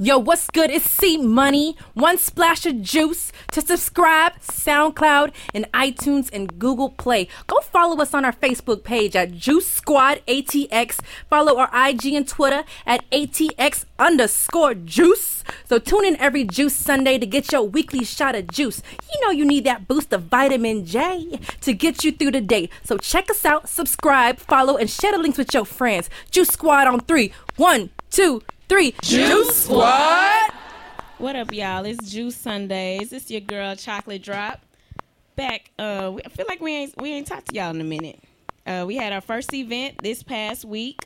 Yo, what's good? It's C Money. One splash of juice. To subscribe, SoundCloud, and iTunes and Google Play. Go follow us on our Facebook page at Juice Squad ATX. Follow our IG and Twitter at ATX underscore juice. So tune in every Juice Sunday to get your weekly shot of juice. You know you need that boost of vitamin J to get you through the day. So check us out, subscribe, follow, and share the links with your friends. Juice Squad on three. One, two, three. Juice Squad. What up, y'all? It's Juice Sundays. It's your girl Chocolate Drop. Back, uh, we- I feel like we ain't we ain't talked to y'all in a minute. Uh, we had our first event this past week.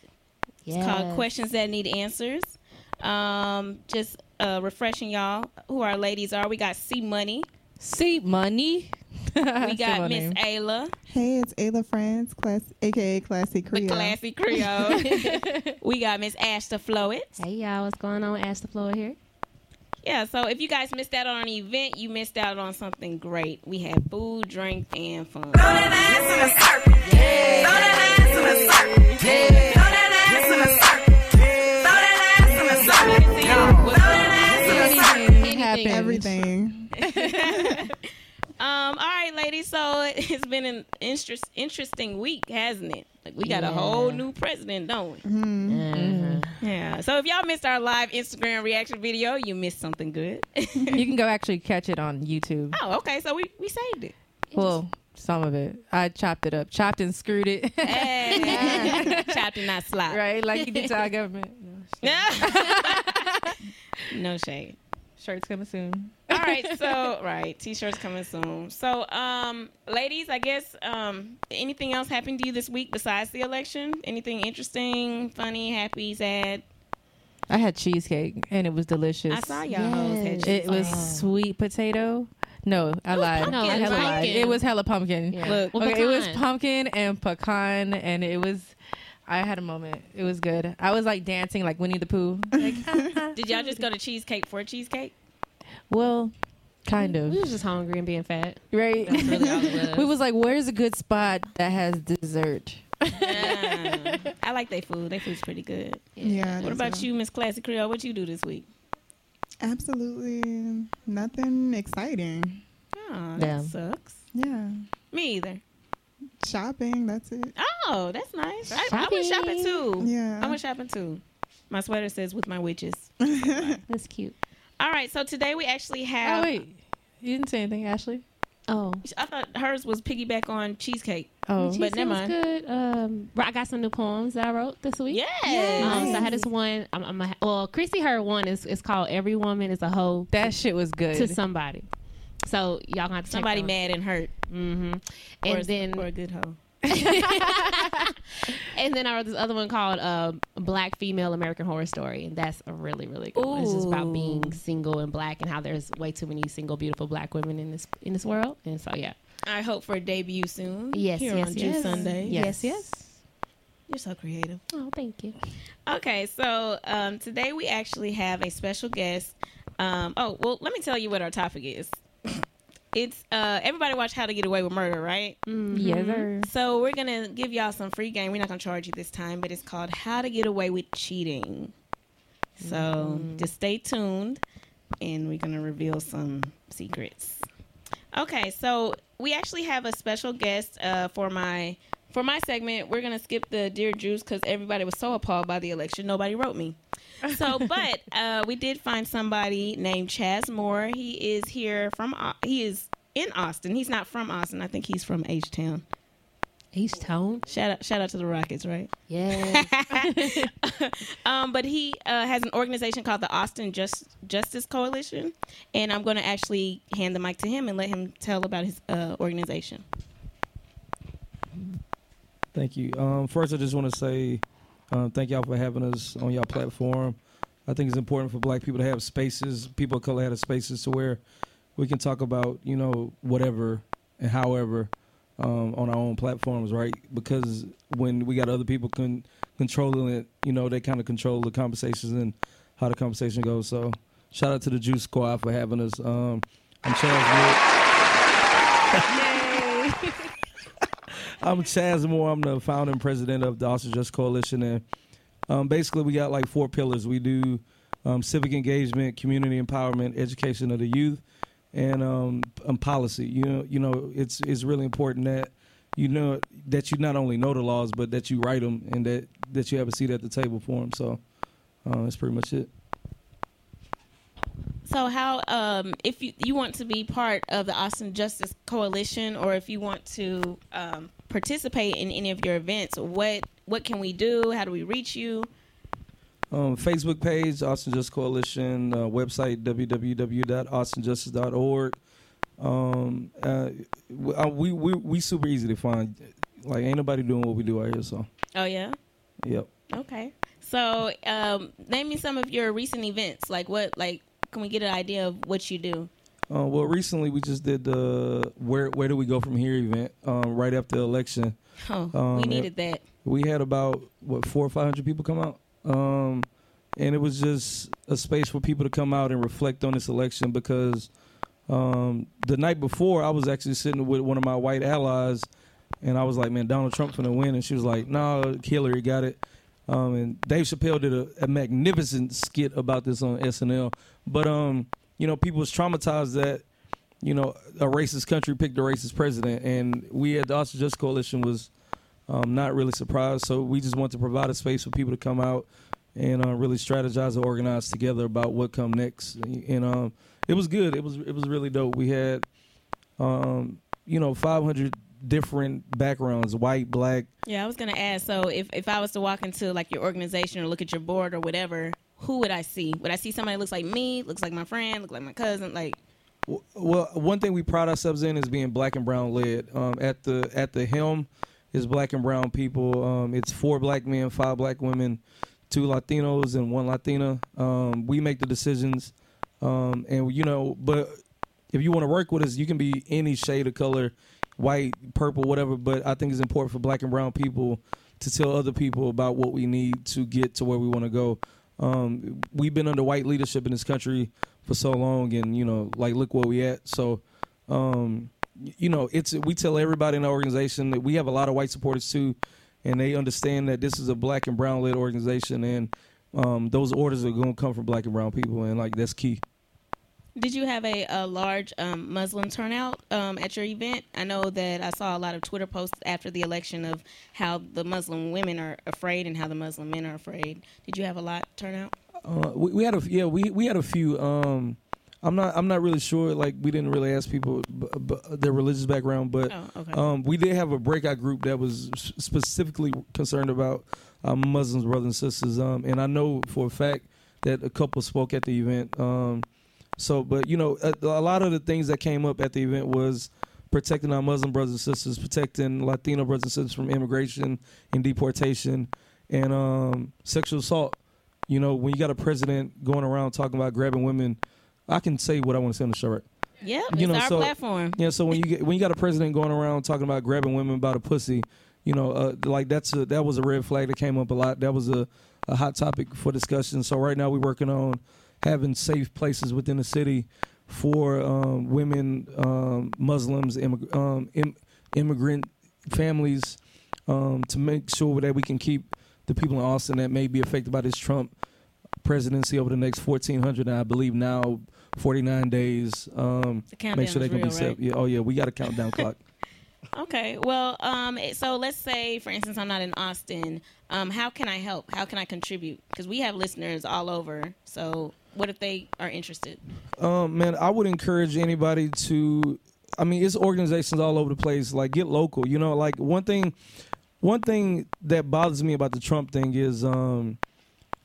It's called Questions That Need Answers. Um, just uh, refreshing y'all who our ladies are. We got C Money. See money. We got Miss Ayla, Hey, it's Ayla Friends, class, aka Classy the Creole. classy Creole. we got Miss Ashta Flowett. Hey y'all, what's going on? Ash the floor here. Yeah, so if you guys missed out on an event, you missed out on something great. We had food, drink, and fun. Anything happens. Everything. Um, all right, ladies. So it's been an interest, interesting week, hasn't it? Like we got a whole new president, don't we? Yeah. So if y'all missed our live Instagram reaction video, you missed something good. You can go actually catch it on YouTube. oh, okay. So we, we saved it. Well, some of it. I chopped it up, chopped and screwed it. Hey. Chopped and not slop. right, like you did to our government. No, shit. no shade. Shirt's coming soon. All right. So right, t-shirts coming soon. So um, ladies, I guess um, anything else happened to you this week besides the election? Anything interesting, funny, happy, sad? I had cheesecake and it was delicious. I saw y'all hoes had Yes. shit. It was sweet potato. No, I lied. pumpkin. I hella lied. Pumpkin. It was hella pumpkin. Yeah. Look, Well, okay, it was pecan. pumpkin and pecan, and it was. I had a moment. It was good. I was like dancing like Winnie the Pooh. Like, Did y'all just go to cheesecake for cheesecake? well, kind We of. was just hungry and being fat. Right? That's really all it was. we was like, where's a good spot that has dessert? Yeah. I like their food. Their food's pretty good. Yeah. What about you, Miss Classy Creole? What you do this week? Absolutely nothing exciting. Oh, that Yeah. sucks. Yeah. Me either. Shopping. That's it. Oh, that's nice. I, I went shopping Shopping. too. Yeah. I went shopping too. My sweater says with my witches. That's cute. All right, so today we actually have. oh, wait. You didn't say anything, Ashley? Oh, I thought hers was piggyback on cheesecake. Oh. Cheesecake But never was mind. Good. Um, I got some new poems that I wrote this week. Yes. Um, so I had this one. I'm, I'm a, well, Chrissy heard one. It's, it's called "Every Woman Is a Hoe That shit was good. to Somebody." So y'all gonna have to Somebody mad and hurt. Mm-hmm. Or, And a- then or a good hoe. And then I wrote this other one called uh, Black Female American Horror Story. And that's a really, really good one. It's just about being single and black and how there's way too many single, beautiful black women in this in this world. And so, yeah. I hope for a debut soon. Yes, Here yes, on yes. Juice Sunday. Yes, yes. You're so creative. Oh, thank you. Okay, so um, today we actually have a special guest. Um, oh, well, let me tell you what our topic is. It's uh, everybody watch How to Get Away with Murder, right? Yes, sir. So we're gonna give y'all some free game. We're not gonna charge you this time, but it's called How to Get Away with Cheating. So just stay tuned, and we're gonna reveal some secrets. Okay, so we actually have a special guest uh, for my for my segment. We're gonna skip the Dear Juice because everybody was so appalled by the election, nobody wrote me. So, but uh, we did find somebody named Chaz Moore. He is here from Au- he is in Austin. He's not from Austin. I think he's from H Town. Each tone. Shout out, shout out to the Rockets, right? Yes. Um, but he uh, has an organization called the Austin Just, Justice Coalition, and I'm going to actually hand the mic to him and let him tell about his uh, organization. Thank you. Um, first, I just want to say um, thank y'all for having us on y'all platform. I think it's important for Black people to have spaces, people of color have spaces to where we can talk about you know whatever and however um, on our own platforms, right? Because when we got other people con- controlling it, you know they kind of control the conversations and how the conversation goes. So shout out to the Juice Squad for having us. Um, I'm Chaz Wood. I'm Chaz Moore. I'm the founder and president of the Austin Just Coalition, and um, basically we got like four pillars. We do um, civic engagement, community empowerment, education of the youth, and um, um, policy. You know, you know, it's it's really important that you know that you not only know the laws, but that you write them and that that you have a seat at the table for them. So uh, that's pretty much it. So how um, if you, you want to be part of the Austin Justice Coalition or if you want to um, participate in any of your events, what what can we do? How do we reach you? Um, Facebook page, Austin Justice Coalition, uh, website, www.austinjustice.org. Um, uh, we, uh, we, we, we super easy to find. Like, ain't nobody doing what we do out here, so, Oh yeah. yep. Okay. So um, name me some of your recent events. Like what like can we get an idea of what you do? Uh, well, recently we just did the Where Where Do We Go From Here event um, right after the election. Oh, Um, we yeah. needed that. we had about what four or five hundred people come out um and it was just a space for people to come out and reflect on this election because um the night before i was actually sitting with one of my white allies and i was like man donald trump finna win and she was like no nah, hillary got it um and dave chappelle did a, a magnificent skit about this on snl but um you know people was traumatized that you know a racist country picked a racist president and we at the austin justice coalition was um, not really surprised. So we just want to provide a space for people to come out and uh, really strategize and organize together about what come next. And um, it was good. It was it was really dope. We had um, you know 500 different backgrounds: white, black. Yeah, I was gonna ask. So if if I was to walk into like your organization or look at your board or whatever, who would I see? Would I see somebody that looks like me, looks like my friend, look like my cousin? Like W- Well, one thing we pride ourselves in is being black and brown led. Um, at the at the helm is black and brown people. Um, it's four black men, five black women, two Latinos, and one Latina. Um, we make the decisions, um, and you know, but if you want to work with us, you can be any shade of color, white, purple, whatever. But I think it's important for black and brown people to tell other people about what we need to get to where we want to go. Um, we've been under white leadership in this country for so long, and you know, like look where we at. So, um, y- you know, it's we tell everybody in the organization that we have a lot of white supporters too, and they understand that this is a black and brown led organization, and um, those orders are going to come from black and brown people, and like that's key. Did you have a, a large um, Muslim turnout um, at your event? I know that I saw a lot of Twitter posts after the election of how the Muslim women are afraid and how the Muslim men are afraid. Did you have a lot turnout? Uh, we, we had a yeah we we had a few. Um, I'm not I'm not really sure. Like we didn't really ask people b- b- their religious background, but Oh, okay. um, we did have a breakout group that was s- specifically concerned about uh, Muslims, brothers and sisters. Um, and I know for a fact that a couple spoke at the event. Um, so, but you know, a, a lot of the things that came up at the event was protecting our Muslim brothers and sisters, protecting Latino brothers and sisters from immigration and deportation, and um, sexual assault. You know, when you got a president going around talking about grabbing women, I can say what I want to say on the show, right? Yep, you it's know, our so- platform. Yeah, so when you get when you got a president going around talking about grabbing women by the pussy, you know, uh, like that's a that was a red flag that came up a lot. That was a, a hot topic for discussion. So right now we're working on having safe places within the city for um, women, um, Muslims, immig- um, Im- immigrant families, um, to make sure that we can keep the people in Austin that may be affected by this Trump presidency over the next 1400 and I believe now 49 days um The countdown make sure they is can real, be safe. right? Yeah, oh yeah, we got a countdown clock. Okay, well, um, it- so let's say, for instance, I'm not in Austin. Um, how can I help? How can I contribute? Because we have listeners all over. So, what if they are interested? Um, man, I would encourage anybody to. I mean, it's organizations all over the place. Like, get local. You know, like one thing, one thing that bothers me about the Trump thing is, um,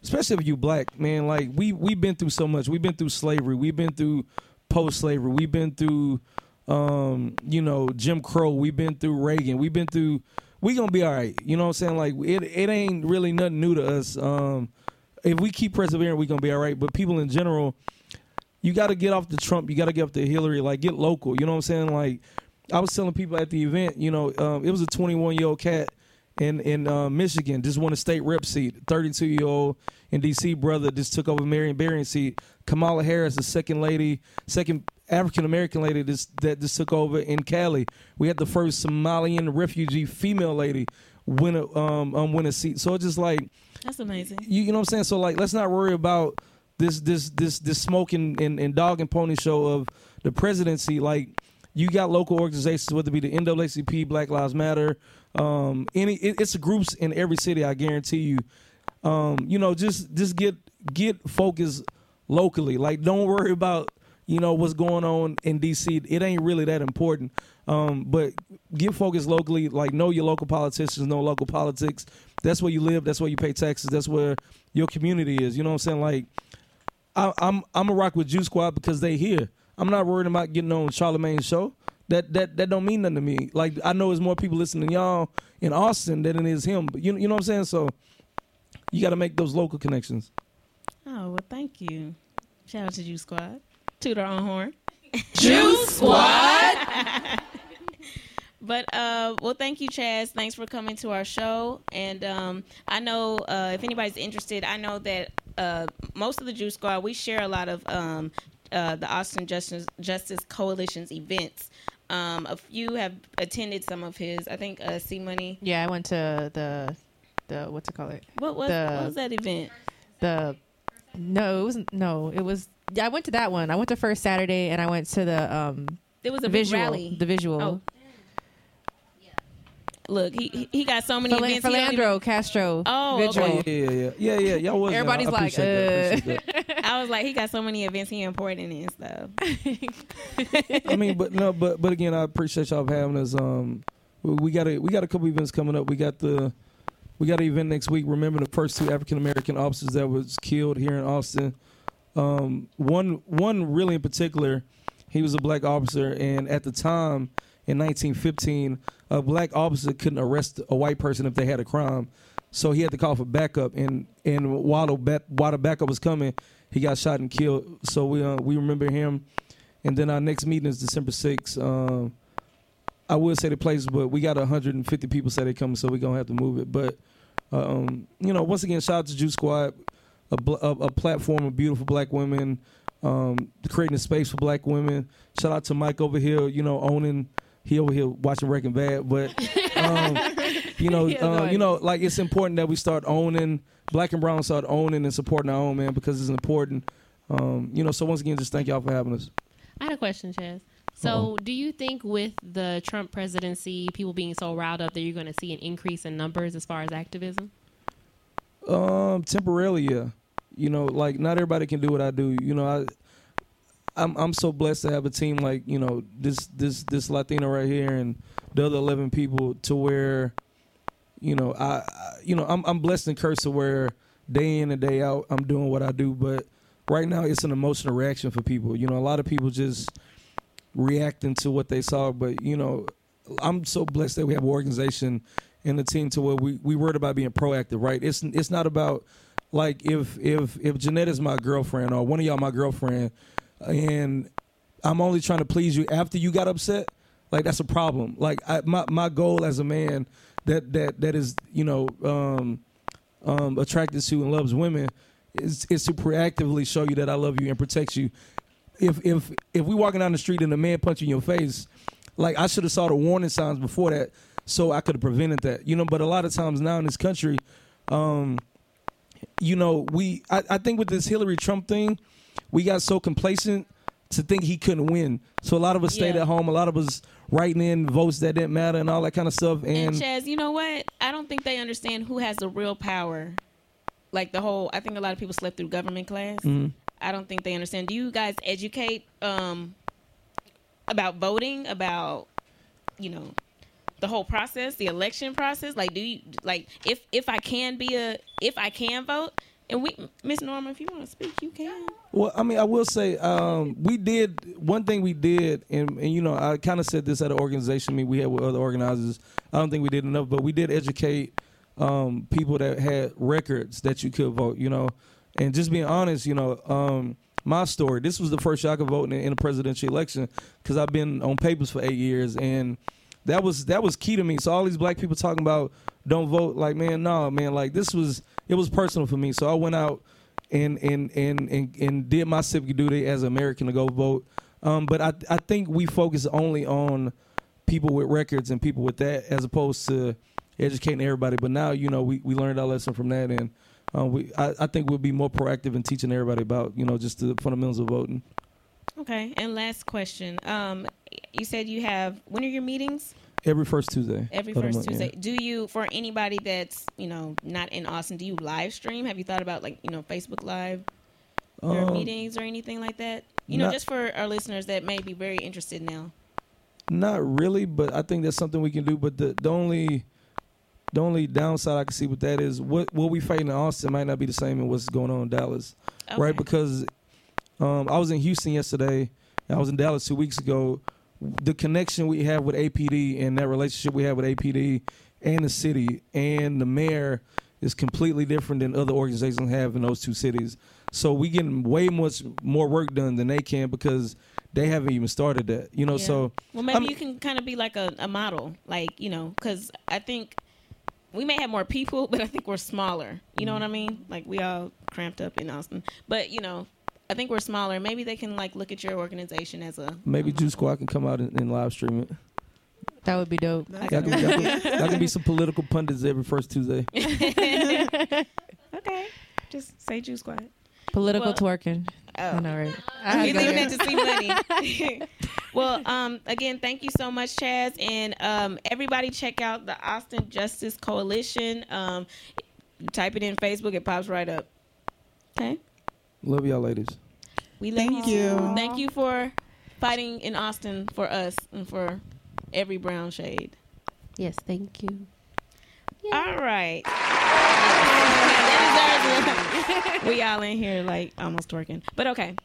especially if you black man, like we we've been through so much. We've been through slavery. We've been through post slavery. We've been through, um, you know, Jim Crow. We've been through Reagan. We've been through. We gonna be all right. You know what I'm saying? Like it it ain't really nothing new to us. Um, if we keep persevering, we gonna be all right. But people in general you got to get off the Trump. You got to get off the Hillary. Like get local. You know what I'm saying? Like I was telling people at the event. You know, um, it was a 21 year old cat in in uh, Michigan just won a state rep seat. 32 year old in D.C. brother just took over Marion Barron's seat. Kamala Harris, the second lady, second African American lady just, that just took over in Cali. We had the first Somalian refugee female lady win a um, um win a seat. So it's just like That's amazing. you, you know what I'm saying? So like let's not worry about this this this this smoke and, and, and dog and pony show of the presidency. Like you got local organizations, whether it be the NAACP, Black Lives Matter, um, any it, it's groups in every city. I guarantee you. Um, you know, just just get get focused locally. Like don't worry about you know what's going on in DC. It ain't really that important. Um, but get focused locally. Like know your local politicians, know local politics. That's where you live. That's where you pay taxes. That's where your community is. You know what I'm saying? Like I, I'm I'm a rock with Juice Squad because they here. I'm not worried about getting on Charlemagne's show. That that that don't mean nothing to me. Like I know there's more people listening to y'all in Austin than it is him. But you you know what I'm saying? So you got to make those local connections. Oh well, thank you. Shout out to Juice Squad. Toot our own horn. Juice Squad. But uh, well, thank you, Chaz. Thanks for coming to our show. And um, I know uh, if anybody's interested, I know that uh, most of the Juice Squad we share a lot of um, uh, the Austin Justice Justice Coalition's events. Um, a few have attended some of his. I think uh, C Money. Yeah, I went to the the what's it called it What was The- what was that event? the no it wasn't no it was yeah I went to that one I went to first Saturday and I went to the um There was a the big visual rally. the visual Oh, Look, he he- he got so many Phila- events. he don't even- Philandro Castro Oh, visual okay. Yeah, yeah, yeah, yeah. Y'all was. everybody's I like appreciate that. I appreciate that. uh I was like, he got so many events. He important in and stuff. I mean, but no, but but again, I appreciate y'all for having us. Um, we- we got a we got a couple events coming up. We got the we got an event next week. Remember the first two African American officers that was killed here in Austin. Um, one one really in particular, he was a black officer, and at the time in 1915, a black officer couldn't arrest a white person if they had a crime, so he had to call for backup. And and while the, back, while the backup was coming, he got shot and killed. So we uh, we remember him. And then our next meeting is December 6th. Um, I would say the place, but we got 150 people say they coming, so we're going to have to move it. But, um, you know, once again, shout out to Juice Squad, a, bl- a, a platform of beautiful black women, um, creating a space for black women. Shout out to Mike over here, you know, owning, he over here watching Wrecking Bad. But, um, you know, Yeah, uh, no, you know, like it's important that we start owning, black and brown start owning and supporting our own, man, because it's important. Um, you know, so once again, just thank y'all for having us. I had a question, Chaz. So, do you think with the Trump presidency, people being so riled up that you're going to see an increase in numbers as far as activism? Um, temporarily, yeah. You know, like not everybody can do what I do. You know, I, I'm I'm so blessed to have a team like you know this this this Latino right here and the other eleven people to where, you know, I, I you know I'm I'm blessed and cursed to where day in and day out I'm doing what I do. But right now it's an emotional reaction for people. You know, a lot of people just reacting to what they saw. But you know, I'm so blessed that we have an organization and a team to where we we worried about being proactive. Right? It's it's not about like if if if Jeanette is my girlfriend or one of y'all my girlfriend, and I'm only trying to please you after you got upset. Like that's a problem. Like I, my my goal as a man that that that is you know um, um, attracted to and loves women is is to proactively show you that I love you and protect you. If if if we walking down the street and a man punch you in your face, like I should have saw the warning signs before that, so I could have prevented that. You know, but a lot of times now in this country, um, you know, we I, I think with this Hillary Trump thing, we got so complacent to think he couldn't win. So a lot of us stayed Yeah. at home. A lot of us writing in votes that didn't matter and all that kind of stuff. And, And, Chaz, you know what? I don't think they understand who has the real power. Like the whole, I think a lot of people slept through government class. Mhm. I don't think they understand. Do you guys educate um, about voting, about you know, the whole process, the election process? Like, do you like if if I can be a if I can vote? And we, Miss Norma, if you want to speak, you can. Well, I mean, I will say um, we did one thing we did, and, and you know, I kind of said this at an organization meet we had with other organizers. I don't think we did enough, but we did educate um, people that had records that you could vote. You know, and just being honest, you know, um, my story. This was the first year I could vote in, in a presidential election because I've been on papers for eight years, and that was that was key to me. So all these black people talking about don't vote, like man, no, man, like this was it was personal for me. So I went out and and and and, and did my civic duty as an American to go vote. Um, but I I think we focus only on people with records and people with that as opposed to educating everybody. But now you know we we learned our lesson from that and. uh, we I, I think we'll be more proactive in teaching everybody about you know just the fundamentals of voting. Okay. And last question. Um, you said you have when are your meetings? Every first Tuesday. Every of the first month, yeah. Tuesday. Do you for anybody that's you know not in Austin? Do you live stream? Have you thought about like you know Facebook Live your Um, meetings or anything like that? You know, not- just for our listeners that may be very interested now. Not really, but I think that's something we can do. But the, the only the only downside I can see with that is what what we fight in Austin might not be the same in what's going on in Dallas, Okay. right? Because um, I was in Houston yesterday. and I was in Dallas two weeks ago. The connection we have with APD and that relationship we have with APD and the city and the mayor is completely different than other organizations have in those two cities. So we getting way much more work done than they can because they haven't even started that. You know, Yeah. so. Well, maybe I'm- you can kind of be like a, a model, like you know, because I think we may have more people, but I think we're smaller. You Mm. know what I mean? Like we all cramped up in Austin, but you know, I think we're smaller. Maybe they can like look at your organization as a Maybe a Juice model. Squad can come out and, and live stream it. That would be dope. That's a Y'all can, good y'all, idea. can, y'all can be some political pundits every first Tuesday. okay, just say Juice Squad. Political Well- twerking. I Oh. know, right? I You had to go leave there. that to see money. well, um, again, thank you so much, Chaz, and um, everybody check out the Austin Justice Coalition. Um, type it in Facebook; it pops right up. Okay, Love y'all, ladies. we love Thank you. you. Thank you for fighting in Austin for us and for every brown shade. Yes, thank you. All right. That deserves it. we all in here like almost twerking. But okay.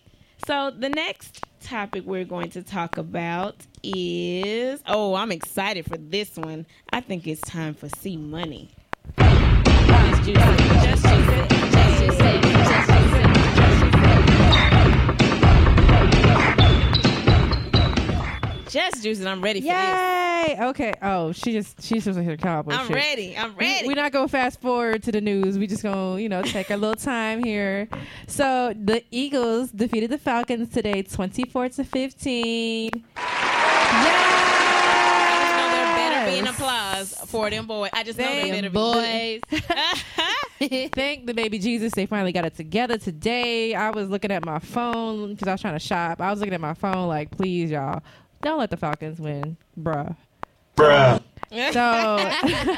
So the next topic we're going to talk about is oh, I'm excited for this one. I think it's time for C money. Just juice it. Just juice it. Just juice it. Just juice it. Just juice it. I'm ready for this. Yay! Okay. Oh, she just she just was here cowboy I'm shit. ready. I'm We- ready. We're not gonna fast forward to the news. We just gonna, you know, take a little time here. So the Eagles defeated the Falcons today, twenty-four to fifteen. So there better be an Yes. applause for them boys. I just know they They better Boys. be. Thank the baby Jesus, they finally got it together today. I was looking at my phone because I was trying to shop. I was looking at my phone like, please, y'all, don't let the Falcons win, bruh. So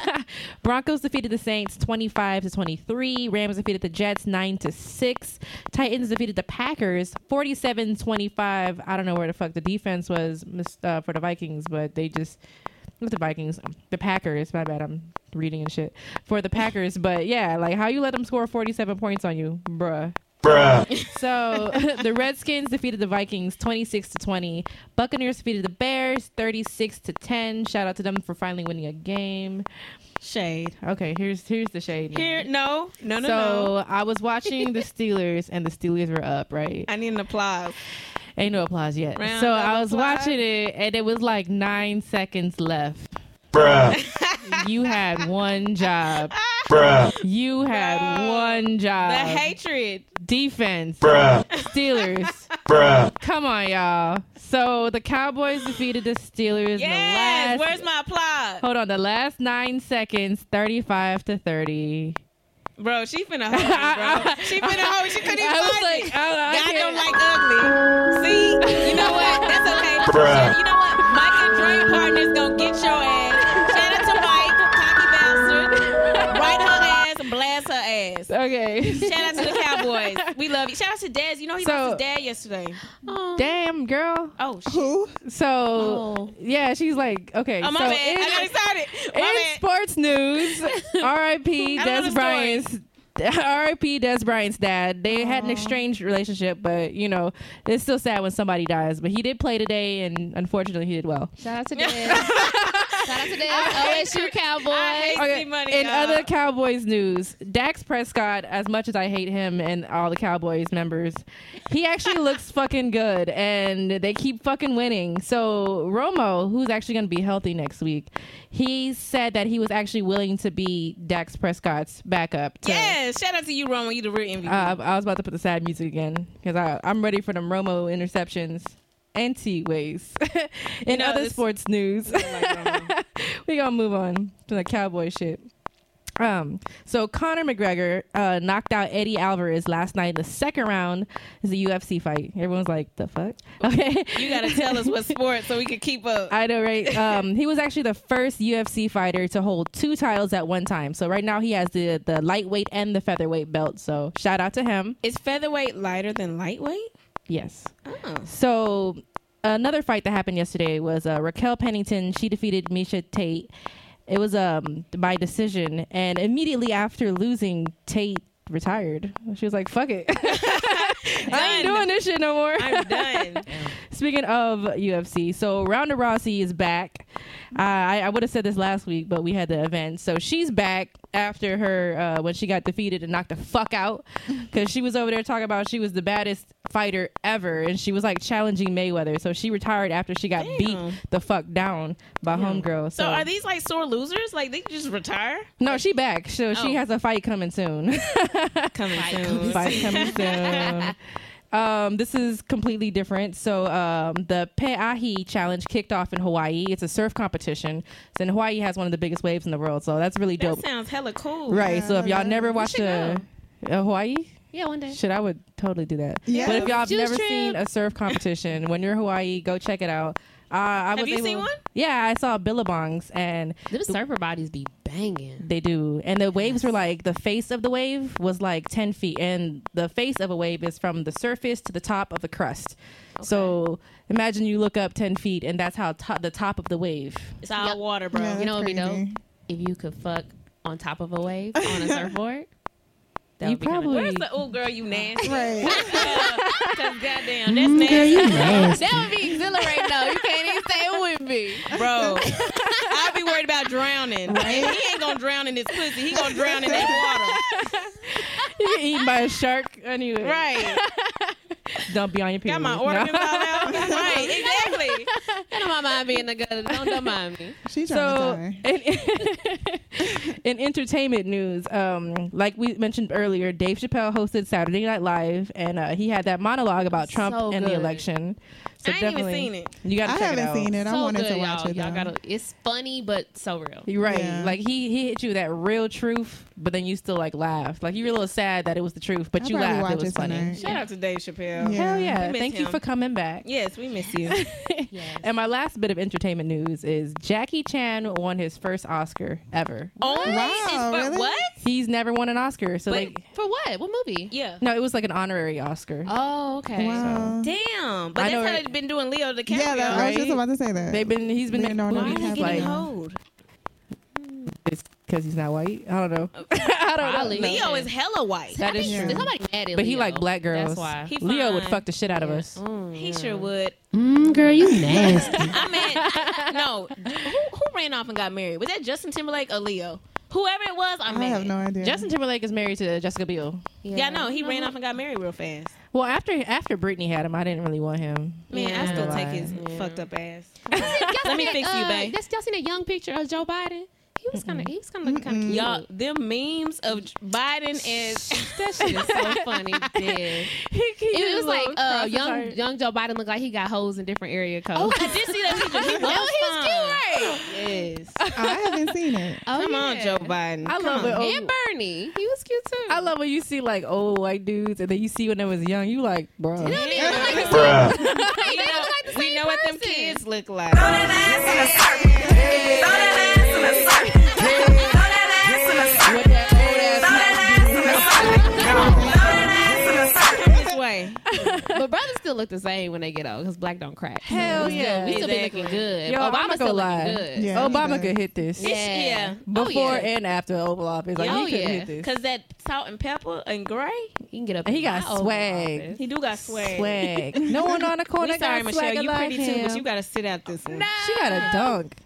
Broncos defeated the Saints 25 to 23. Rams defeated the Jets 9 to 6. Titans defeated the Packers 47-25. I don't know where the fuck the defense was mis- uh, for the Vikings, but they just not the Vikings, um, the Packers. My bad, I'm reading and shit for the Packers. But yeah, like how you let them score 47 points on you, bruh. So the Redskins defeated the Vikings 26 to 20. Buccaneers defeated the Bears 36 to 10. Shout out to them for finally winning a game. Shade. Okay, here's here's the shade. Here, no, no, no, so no. I was watching the Steelers and the Steelers were up, right? I need an applause. Ain't no applause yet. Round so of I was applause. watching it and it was like nine seconds left. Bruh. you had one job. Bruh. You had Bro. one job. the hatred. defense. Steelers. Come on, y'all. So the Cowboys defeated the Steelers in Yes. the last. Where's my applause, hold on, the last nine seconds, thirty-five to thirty. bro? She finna hold me, bro. She finna hold. She couldn't even I was find like, me. I, I God can't- don't like ugly. See, you know what? That's okay. Shit, You know what? Mike and Dre partners gonna get your ass. Shout out to Mike, cocky bastard. Write her ass and blast her ass. Okay. Shout out to the Cowboys. We love you. Shout out to Dez. You know he So- lost his dad yesterday. Damn, girl. Oh, shit. Who? So Oh. yeah, she's like, okay. Oh, my so bad. in- I got excited. My in bad. sports news, R.I.P. I don't know the Des story. Bryant's. R.I.P. Des Bryant's dad. They had an estranged relationship, but you know it's still sad when somebody dies. But he did play today, and unfortunately, he did well. Shout out to Dez. Shout out to Dez. OSU I hate Cowboys. See money, in y'all. other Cowboys news, Dax Prescott, as much as I hate him and all the Cowboys members, he actually looks fucking good and they keep fucking winning. So Romo, who's actually going to be healthy next week, he said that he was actually willing to be Dax Prescott's backup. To, Yeah, shout out to you, Roman. You the real MVP. Uh, I was about to put the sad music again because I'm ready for them Romo interceptions. Anti ways. in know, other this- sports news, Like Romo. we gonna move on to the cowboy shit. Um, so Conor McGregor uh, knocked out Eddie Alvarez last night in the second round. It's a UFC fight. Everyone's like, "The fuck?" Okay, You gotta tell us what sport so we can keep up. I know, right? Um, he was actually the first UFC fighter to hold two titles at one time. So right now he has the the lightweight and the featherweight belt. So shout out to him. Is featherweight lighter than lightweight? Yes. Oh. So another fight that happened yesterday was uh, Raquel Pennington. She defeated Misha Tate. It was um by decision, and immediately after losing, Tate retired. She was like, "Fuck it, I ain't Done. doing this shit no more." I'm done. Speaking of UFC, so Ronda Rousey is back. Uh, I, I would have said this last week, but we had the event, so she's back after her uh, when she got defeated and knocked the fuck out because she was over there talking about she was the baddest fighter ever, and she was like challenging Mayweather. So she retired after she got Damn. beat the fuck down by homegirl. So, So are these like sore losers? Like they just retire? no, she back. So she Oh. has a fight coming soon. Coming soon. Fight coming soon. Um, this is completely different. So um, the Pe'ahi Challenge kicked off in Hawaii. It's a surf competition. So in Hawaii has one of the biggest waves in the world. So that's really That dope. sounds hella cool. right. So if Yeah, y'all never watched a, a Hawaii, Yeah, one day. shit, I would totally do that. Yeah. But if y'all have Juice never trip. seen a surf competition, when you're in Hawaii, go check it out. Uh, I Have was you able, seen one? Yeah, I saw Billabongs and Them surfer bodies be banging. they do. And the waves were like the face of the wave was like ten feet, and the face of a wave is from the surface to the top of the crust. So imagine you look up ten feet, and that's how to- the top of the wave. It's all Yep. water, bro. Yeah. You know what would be dope? Crazy. If you could fuck on top of a wave on a surfboard. That You would be kinda probably- dope. Where's the oh girl you nasty? Right. Cause goddamn, that's nasty, that would be exhilarating though. You can't even say it wouldn't be. bro. I'd be worried about drowning. And he ain't gonna drown in this pussy. He gonna drown in that You get eaten by a shark anyway. water. Right. Don't be on your Got period. my No. organs all out. Right. Exactly. I don't mind being a good. Don't, don't mind me. She's trying so to die. in, in entertainment news um, like we mentioned earlier dave chappelle hosted saturday night live and uh, he had that monologue about trump So and the good. election so I ain't even definitely seen it. you gotta I check haven't it out. seen it. I so wanted good, to watch y'all. it. Y'all though. gotta. It's funny, but so real. You're right. Yeah. Like he, he hit you with that real truth, but then you still like laughed. Like you were a little sad that it was the truth, but I'll you probably laughed. It watch was it funny. tonight. Shout out to Dave Chappelle. Yeah. Hell yeah. We miss Thank you him. for coming back. Yes, we miss you. Yes. and my last bit of entertainment news is Jackie Chan won his first Oscar ever. Only Wow, Oh, but really? what? He's never won an Oscar. So Wait, like for what? What movie? Yeah. no, it was like an honorary Oscar. Oh, okay. Wow. Damn. But I that's know, how right? they've been doing Leo DiCaprio. Yeah, that, I was Right? just about to say that. They've been he's been making Leonardo movies DiCaprio. like Why old. it's because he's not white. I don't know. I don't Probably. know. Leo is hella white. That is Is true. Somebody mad at But he Leo. like black girls. That's why. He Leo would fine. fuck the shit out of us. He sure would. Mm, girl, you nasty. I mean, no. Who, who ran off and got married? Was that Justin Timberlake or Leo? Whoever it was, I'm I mad. have no idea. Justin Timberlake is married to Jessica Biel. Yeah, no, he ran off and got married real fast. Well, after after Britney had him, I didn't really want him. Man, I Yeah. still Right. take his fucked up ass. Let me fix you, babe. uh, That's y'all seen that young picture of Joe Biden. He was kind of, he was kind of looking kind of cute. Y'all, them memes of Biden is that shit is so funny. Dude. It was like uh, young young Joe Biden looked like he got hoes in different area Oh, codes. I did see that picture. He was cute, right? Yes. I haven't seen it. Oh, Come on, yeah. Joe Biden. I Come love on. Oh, it. Oh, And Bernie, he was cute too. I love when you see like old white dudes, and then you see when they was young. You like, bro. We know, the we same know what them person. kids look like. this way. but brothers still look the same when they get old because black don't crack. Hell yeah. we still be Exactly. looking good. Yo, I'ma Obama go still lie. looking good. Yeah, Obama but- could hit this Yeah. Yeah. before oh, yeah. and after the Oval Office. Like Oh, he could yeah. hit this. Cause that salt and pepper and gray, he can get up. And he in got my Oval swag. Office. he do got swag. Swag. no one on the corner We sorry, got swag Michelle. You like pretty too, him. but you gotta sit out this one. she got Ah. a dunk.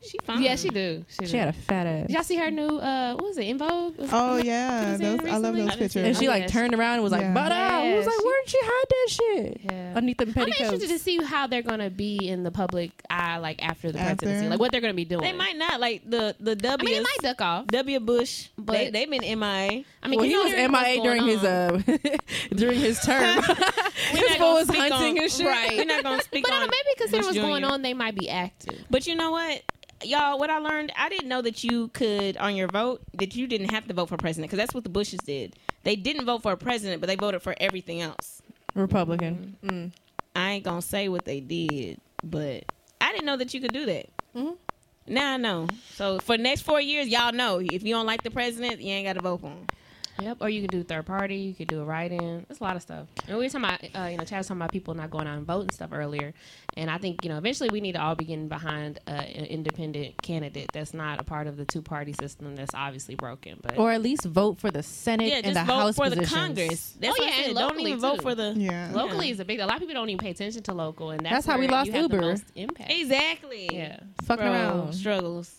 She fine. Yeah, she do. She, She do. had a fat ass. Did y'all see her new? Uh, what was it? In Vogue. Was- Oh yeah, Have you seen those it I love those recently? I didn't see And pictures. it. she Oh, like yes. turned around and was like, Yeah. but I was Yeah, like, she- where'd she hide that shit? Yeah. Underneath them I'm petticoats. interested to see how they're gonna be in the public eye, like after the After? presidency, like what they're gonna be doing. They might not like the the I W. mean, it might duck off. W. Bush, But- they they been MIA. I mean, you well, he know was what's MIA going during his on. uh during his We're term. this not fool gonna was speak on- hunting his shit. Right. We're not gonna speak But I on. mean, maybe considering Bush what's going Jr.. on, they might be active. But you know what? y'all, what I learned, I didn't know that you could on your vote that you didn't have to vote for president because that's what the Bushes did. They didn't vote for a president, but they voted for everything else. Republican. I ain't gonna say what they did, but I didn't know that you could do that. Mm-hmm. Now I know. So for next four years, y'all know if you don't like the president, you ain't got to vote for him. Yep. Or you can do third party. You could do a write-in. There's a lot of stuff. And we were talking about, uh, you know, Chad was talking about people not going out and voting stuff earlier. And I think, you know, eventually we need to all be getting behind uh, an independent candidate that's not a part of the two-party system that's obviously broken. But Or at least vote for the Senate Yeah, and just the vote House for positions. the Congress. That's Oh, what I yeah, and said. Don't locally, even vote too. for the Yeah. locally is a big. A lot of people don't even pay attention to local, and that's, That's how we where lost you have the Uber. most impact. exactly. Yeah, Fucking Bro, around. struggles.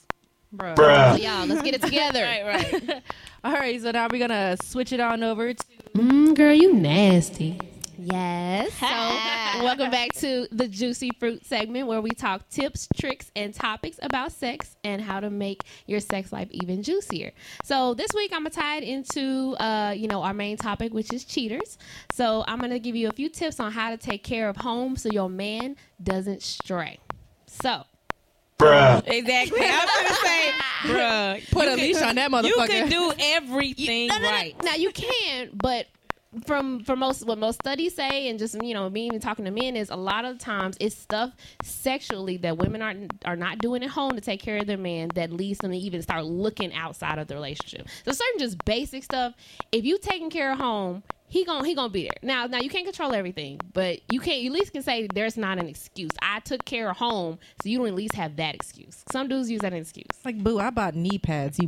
bro. Bruh. So, y'all, let's get it together. Right, right. All right, so now we're gonna switch it on over to Mm, girl, you nasty. Yes. So, welcome back to the Juicy Fruit segment where we talk tips, tricks, and topics about sex and how to make your sex life even juicier. So, this week I'm going to tie it into, uh, you know, our main topic, which is cheaters. So, I'm going to give you a few tips on how to take care of home so your man doesn't stray. So, Bruh. Exactly. I was gonna say, bruh, put you a could- leash on that motherfucker. You could do everything No, no, no. right. Now you can, but from from most what most studies say, and just you know me even talking to men is a lot of times it's stuff sexually that women are are not doing at home to take care of their man that leads them to even start looking outside of the relationship. So certain just basic stuff. If you taking care of home. He gonna he gonna be there now. Now you can't control everything, but you can't. You at least can say there's not an excuse. I took care of home, so you don't at least have that excuse. Some dudes use that excuse. It's like, boo, I bought knee pads, you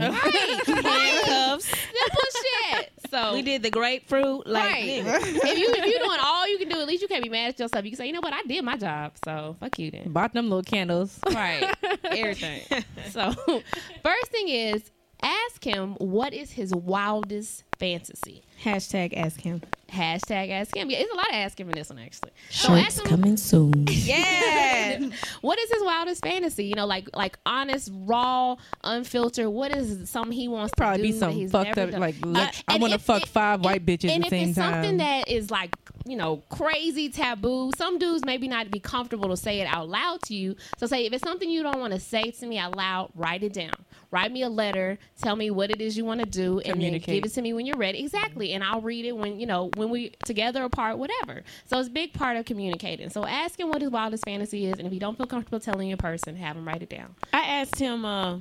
Handcuffs. That's bullshit. So We did the grapefruit. Like, Right. nigga. if you if you're doing all you can do, at least you can't be mad at yourself. You can say, you know what, I did my job, so fuck you then. bought them little candles. Right. Everything. So first thing is ask him what is his wildest fantasy. Hashtag ask him. Hashtag ask him. Yeah, it's a lot of ask him in this one actually. So ask him soon. Yeah. what is his wildest fantasy? You know, like like honest, raw, unfiltered. What is something he wants to Probably do be that something he's fucked never up. done? Like, let- Uh, I and want to if fuck it- five and- white bitches And at the if same it's time. something that is like you know crazy taboo, some dudes maybe not be comfortable to say it out loud to you. So say if it's something you don't want to say to me out loud, write it down. Write me a letter. Tell me what it is you want to do, and then Communicate. give it to me when you're ready. Exactly, and I'll read it when you know when we together apart, whatever. So it's a big part of communicating. So ask him what his wildest fantasy is, and if you don't feel comfortable telling your person, have him write it down. I asked him uh,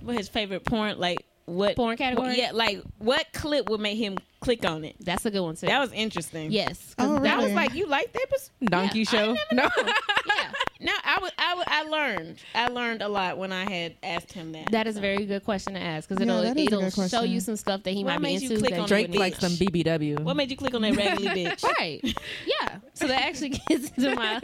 what his favorite porn, like what Porn category? Yeah, like what clip would make him click on it? That's a good one too. That was interesting. yes. 'cause Oh, that I was was like, you like that? But Donkey Yeah, I show. No. yeah. no, I would, I would, I learned, I learned a lot when I had asked him that. That is a very good question to ask because Yeah, it'll that is a it'll good show question. you some stuff that he What might be made you into. click that on you Drake wouldn't- likes some BBW. what made you click on that raggedy bitch? Right. Yeah. So that actually gets into my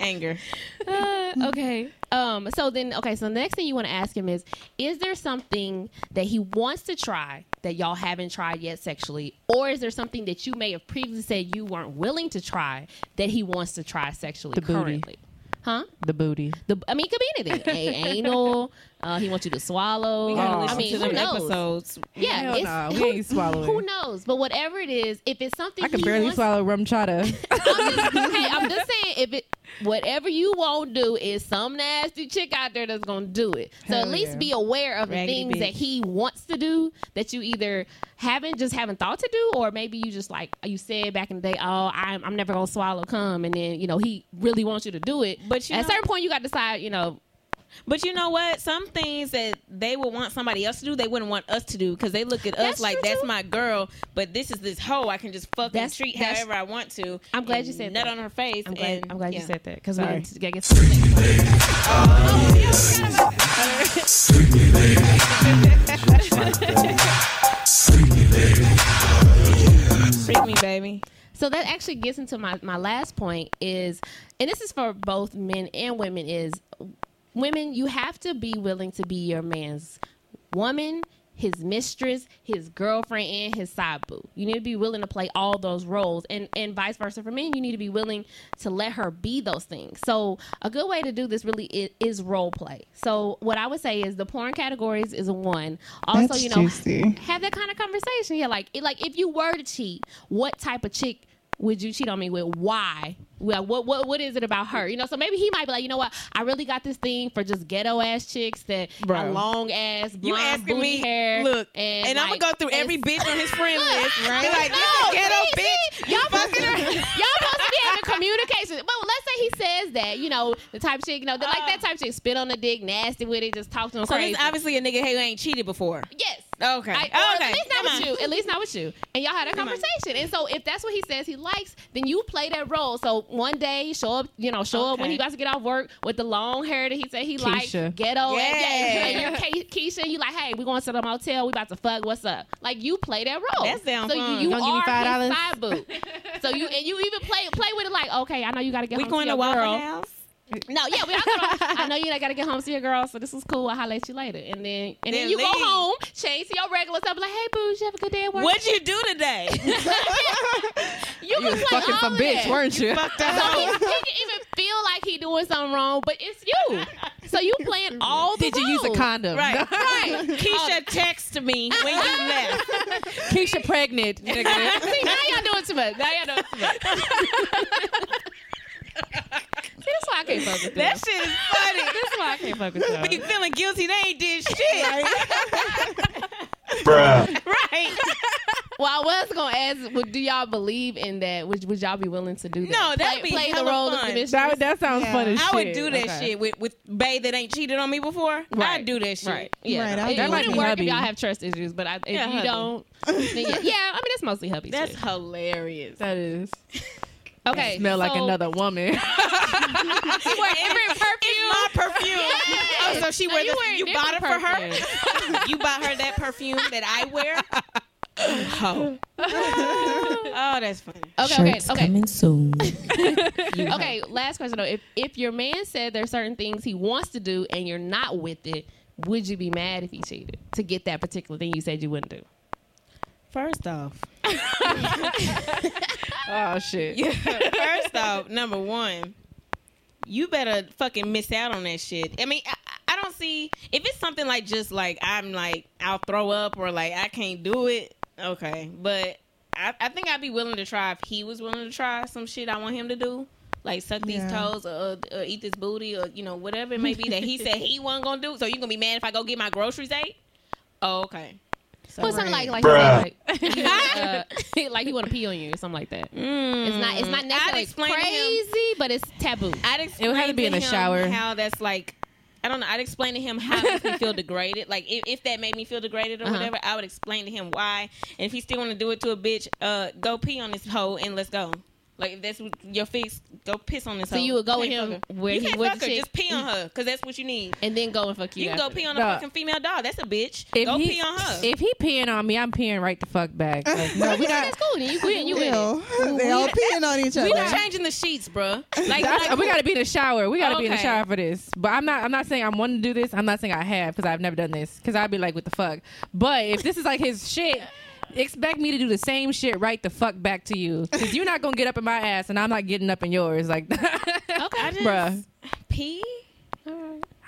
Anger. Uh, okay. Um. So then, okay. So the next thing you want to ask him is: Is there something that he wants to try that y'all haven't tried yet sexually, or is there something that you may have previously said you weren't willing to try that he wants to try sexually The booty. currently? Huh? the booty. The I mean, it could be anything. A- anal. Uh, he wants you to swallow. We gotta Oh. listen I mean, to who the knows? episodes. Yeah, Hell it's, nah, we who, ain't swallowing. Who knows? But whatever it is, if it's something I can he barely wants, swallow rum chata. I'm just, hey, I'm just saying, if it whatever you won't do is some nasty chick out there that's gonna do it. So at Hell least yeah. be aware of the Raggedy things that bitch. he wants to do that you either haven't just haven't thought to do, or maybe you just like you said back in the day, oh, I'm, I'm never gonna swallow cum, and then you know he really wants you to do it. But you at a know- certain point, you got to decide, you know, But you know what? Some things that they would want somebody else to do, they wouldn't want us to do because they look at That's us like true, that's too. my girl, but this is this hoe I can just fucking That's- treat that's- however I want to. I'm glad and you said nut that. on her face. I'm glad, and- I'm glad you yeah. said that because we Sorry. need to get to the next one. Freak me, baby. So that actually gets into my, my last point is, and this is for both men and women, is women, you have to be willing to be your man's woman, his mistress, his girlfriend, and his side boo. You need to be willing to play all those roles. And and vice versa for men, you need to be willing to let her be those things. So a good way to do this really is, is role play. So what I would say is the porn categories is a one. Also, That's you know, juicy. have that kind of conversation. Yeah, like it, like if you were to cheat, what type of chick would you cheat on me with? Why? Well, what what what is it about her? You know, so maybe he might be like, you know what? I really got this thing for just ghetto ass chicks that are Bro. long ass blonde You asking booty me? hair. Look, and, I'm like, gonna go through every it's- bitch on his friend list, right? Be like this No, a ghetto see, bitch. Y'all supposed to be, y'all supposed to be having communication. But let's say he says that, you know, the type of shit, you know, that- like that type of shit, spit on the dick, nasty with it, just talk to him Uh. So crazy. this obviously a nigga who ain't cheated before. yes. Okay. I, or okay. At least not Come on. with you. At least not with you. And y'all had a Come on. conversation. And so if that's what he says he likes, then you play that role. So one day show up, you know, show up when Okay. he got to get off work with the long hair that he said he likes. Keisha. Ghetto. And, Yeah. yeah, and you're Ke- Keisha. You like, hey, we going to the motel. We about to fuck. What's up? Like you play that role. That's damn So fun. you, you Gonna give me are $5? his side boo. so you and you even play play with it like, okay, I know you got to get We home going to to your Waffle girl. House. No, yeah, we all got to- I know you ain't got to get home to your girl, so this was cool. I'll holler at you later. And then and then, Then you go leave. home, change to your regular stuff, be like, hey, boo, you have a good day at work. What'd you do today? You can play Fucking all some of bitch, that. weren't you? Fucked So he, up. he can even feel like he doing something wrong, but it's you. So you playing all the Did you use a roles. condom? Right. Right. Keisha texted me when you left. Keisha pregnant. nigga. See, now y'all doing too much. Now y'all doing too much. See, that's why I can't fuck with That them. shit is funny. That's why I can't fuck with them. be feeling guilty. They ain't did shit. Bruh. right. Well, I was gonna ask, well, do y'all believe in that? Would, would y'all be willing to do that? No, that'd be play, play the hella role fun. of the mistress. That, that sounds Yeah. fun as I would shit. do that Okay. shit with with bae that ain't cheated on me before. I'd Right. do that shit. Right. Yeah. Right, no. I'll It, do it that. wouldn't Might be work hubby. if y'all have trust issues, but I, if Yeah, you hubby. don't, then yeah. yeah, I mean that's mostly hubby. That's shit. hilarious. That is. okay. Smell like so- another woman. Every perfume. my perfume. Yes. Oh, so she No, wear you this. wearing You bought it for different her. you bought her that perfume that I wear. Oh, oh, that's funny. Okay, okay, okay. Coming soon. okay, last question though. If if your man said there's certain things he wants to do and you're not with it, would you be mad if he cheated to get that particular thing you said you wouldn't do? First off, oh shit. yeah. First off, number one, you better fucking miss out on that shit. I mean, I, I don't see if it's something like just like I'm like I'll throw up or like I can't do it. Okay, but I, I think I'd be willing to try if he was willing to try some shit I want him to do. Like suck these Yeah. toes or, or eat this booty or you know whatever it may be that he said he wasn't gonna do. So you gonna be mad if I go get my groceries ate? Oh, okay. Well, something like Right. like Bruh. you said, like, uh, like you want to pee on you or something like that. Mm. It's not it's not necessarily Mm. explain to him- crazy, but it's taboo. I'd It explain would have to be in the him shower. How that's like, I don't know. I'd explain to him how it makes me feel degraded. Like if, if that made me feel degraded or Uh-huh. whatever, I would explain to him why. And if he still want to do it to a bitch, uh, go pee on this hoe and let's go. Like if that's what your fix, go piss on this So hoe. you would go with can't him fuck her. where you he can't with fuck the her. chick- Just pee on her because that's what you need. and then go and fuck you. You can go after pee that. on a No. fucking female dog. That's a bitch. If go he, pee on her. If he peeing on me, I'm peeing right the fuck back. Like, no, we got. That's cool. Then you win. You win. it. Ew. They all peeing on each we other. were changing the sheets, bruh. Like, that's- like we gotta be in the shower. We gotta be in the Okay. shower for this. But I'm not. I'm not saying I'm wanting to do this. I'm not saying I have because I've never done this. Because I'd be like, what the fuck. But if this is like his shit, expect me to do the same shit right the fuck back to you. Because you're not gonna get up in my ass and I'm not getting up in yours. Like, Okay. I just bruh. pee.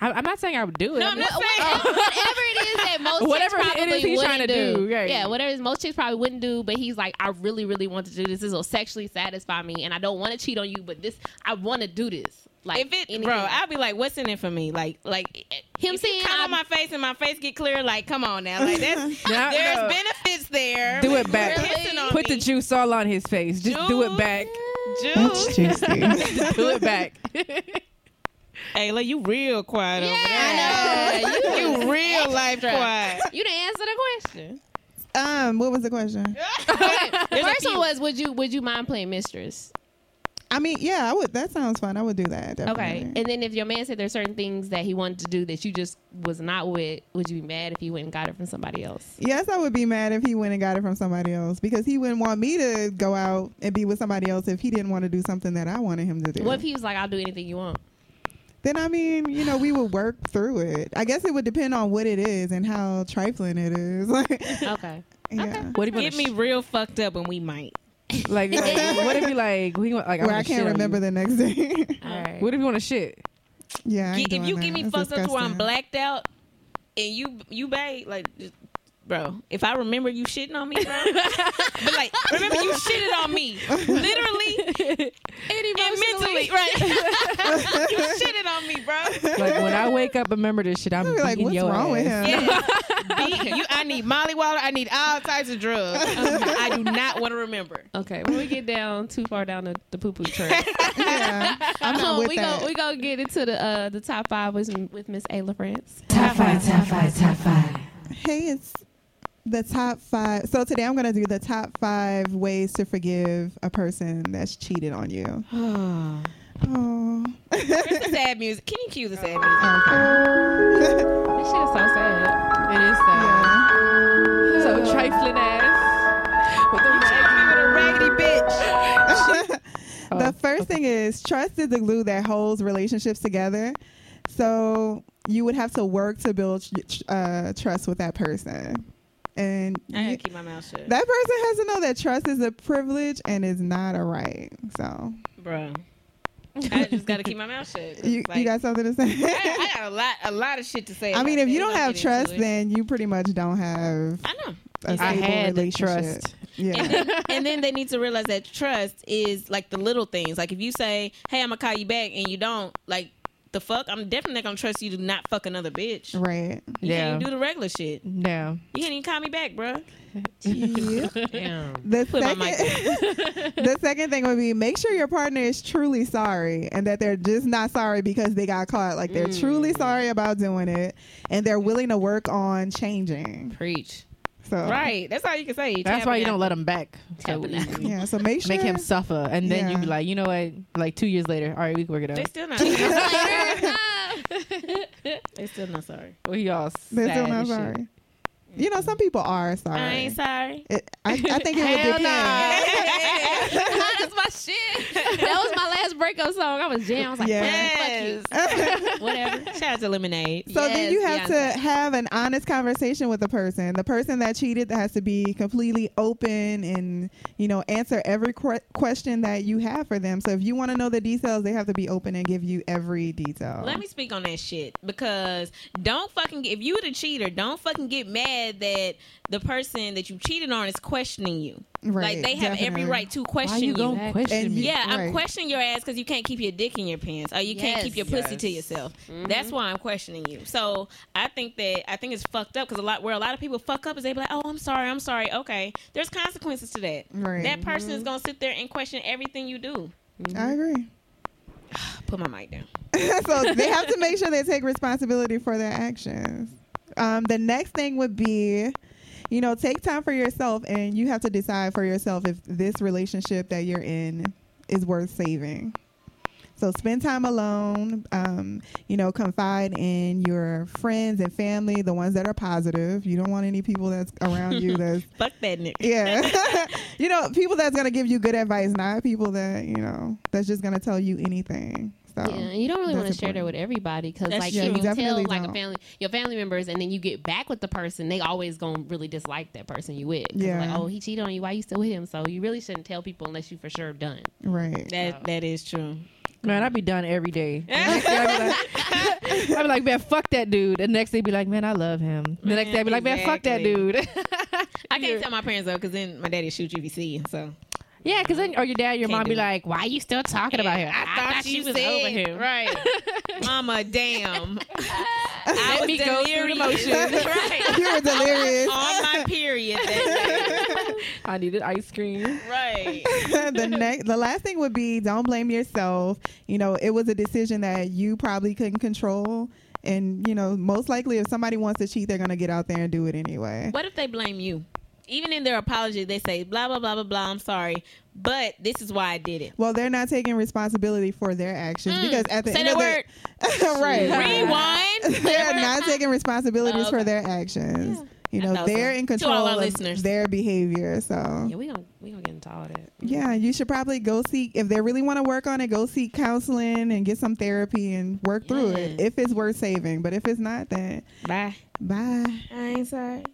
I, I'm not saying I would do it. No, I'm I'm not just- saying. whatever it is that most chicks Whatever it is probably he's wouldn't trying to do, right. Yeah, whatever it is most chicks probably wouldn't do, but he's like, I really, really want to do this. This will sexually satisfy me, and I don't want to cheat on you, but this, I want to do this. Like, if it, anything. bro, I'll be like, "What's in it for me?" Like, like Him if you saying come on I'm- my face and my face get clear. Like, come on now, like that's Now- there's no. benefits there. Do it back. You're pissing on Put the me. juice all on his face. Just do it back. That's Juice. juicy. Do it back. Ayla, you real quiet over yeah, there. you, You real life quiet. you didn't answer the question. um, what was the question? Okay, There's a First one few. was, would you would you mind playing mistress? I mean, yeah, I would. That sounds fun. I would do that. Okay, Definitely. and then if your man said there's certain things that he wanted to do that you just was not with, would you be mad if he went and got it from somebody else? Yes, I would be mad if he went and got it from somebody else because he wouldn't want me to go out and be with somebody else if he didn't want to do something that I wanted him to do. What if he was like, I'll do anything you want? then I mean, you know, we would work through it. I guess it would depend on what it is and how trifling it is. Like, Oh, Okay. yeah, What if you Get me real fucked up and we might. like? What if you like? We want- like where wanna I shit can't on remember you. the next day. All right. What if you want to shit? yeah, I ain't Get, if doing you that. get me That's fucked up to where I'm disgusting. blacked out and you you babe like just bro. If I remember you shitting on me, bro, but like remember you shitted on me, literally and mentally, right? you shitted on me, bro. Like when I wake up, remember this shit. I'm I'd be like, beating what's your wrong with ass. him? Yeah, Be- you, I need Molly Waller. I need all types of drugs. I do not want to remember. Okay, when we get down too far down the, the poo poo trail, Yeah. I'm not no, with we that. go we go get into the uh, the top five with with Miss Ayla France. Top five, top five, top five. Hey, it's the top five. So today I'm going to do the top five ways to forgive a person that's cheated on you. Oh. Where's the sad music? Can you cue the sad music? This shit is so sad. It is sad. Yeah. So trifling ass. With the You're a raggedy bitch. Oh. the first thing is trust is the glue that holds relationships together. So you would have to work to build uh, trust with that person. And I you- gotta keep my mouth shut, that person has to know that trust is a privilege and is not a right. So bro. I just gotta keep my mouth shut. you, you Like, got something to say? I, I got a lot, a lot of shit to say. I mean, about if you that. don't We're gonna have get into trust, it. then you pretty much don't have I know. a stable I had the relationship. trust. Yeah. and then, and then they need to realize that trust is like the little things. Like if you say, "Hey, I'm gonna call you back," and you don't, like the fuck, I'm definitely not gonna trust you to not fuck another bitch. You right. Yeah. can't even do the regular shit. No. You can't even call me back, bro. The Put my mic second, the second thing would be make sure your partner is truly sorry and that they're just not sorry because they got caught. Like they're truly Mm. sorry about doing it and they're willing to work on changing. Preach. So Right. That's all you can say. That's why you don't let him back. So Tabernacle. you Yeah. So make sure make him suffer, and then you Yeah. be like, you know what? Like two years later, all right, we can work it They out. still not. they still not sorry. We all they're sad still not and shit. sorry. You know, some people are sorry. I ain't sorry. It- I, I think it would Hell depend. nah. that's my shit. That was my last breakup song. I was jamming. I was like, Yes. fuck you. Whatever. Shout out to Lemonade. So then Yes, you have Beyonce. to have an honest conversation with the person. The person that cheated has to be completely open and, you know, answer every que- question that you have for them. So if you want to know the details, they have to be open and give you every detail. Let me speak on that shit because don't fucking if you the cheater, don't fucking get mad that the person that you cheated on is questioning you. Right, like they have every definitely. right to question Why you gonna question And me? you- Yeah, I'm Right. questioning your ass because you can't keep your dick in your pants, or you Yes. can't keep your pussy to yourself. That's why I'm questioning you. So I think that I think it's fucked up because a lot where a lot of people fuck up is they be like, "Oh, I'm sorry, I'm sorry." Okay, there's consequences to that. Right. That person is gonna sit there and question everything you do. I agree. Put my mic down. so they have to make sure they take responsibility for their actions. Um, the next thing would be, you know, take time for yourself, and you have to decide for yourself if this relationship that you're in is worth saving. So spend time alone. Um, you know, confide in your friends and family, the ones that are positive. You don't want any people that's around you that's Fuck that nigga. yeah. you know, people that's gonna give you good advice, not people that you know that's just gonna tell you anything. So Yeah, and you don't really that's want to share that important. with everybody because, That's like, true. if You you tell definitely like a don't. family, your family members, and then you get back with the person, they always gonna really dislike that person you with. 'Cause they're Yeah. like, oh, he cheated on you. Why you still with him? So you really shouldn't tell people unless you for sure done. right. That that is true. Man, I'd be done every day. The next day I'd be, like, I'd be like, man, fuck that dude. The next day, I'd be like, man, I love him. The next day, I'd be like, man, fuck that Exactly. dude. I can't tell my parents though because then my daddy shoot you if you see you. So yeah, because then, or your dad, your Can't mom do be it. like, why you still talking about him? I thought you said- Right. Mama, damn. I was me go through the delirious. motions. right. you were delirious. On my period. that I needed ice cream. day. right. the next, the last thing would be don't blame yourself. You know, it was a decision that you probably couldn't control, and you know, most likely, if somebody wants to cheat, they're gonna get out there and do it anyway. What if they blame you? Even in their apology, they say blah blah blah blah blah. I'm sorry, but this is why I did it. Well, they're not taking responsibility for their actions because at the Mm. Say end that of word. the right, Rewind. they're not taking responsibilities Oh, Okay. for their actions. You I know, thought they're so. in To all control our of listeners. their behavior. So Yeah, we don't we don't get into all Mm. that. Yeah, you should probably go seek if they really want to work on it. Go seek counseling and get some therapy and work through it Yes. if it's worth saving. But if it's not, then Bye. bye. I ain't sorry.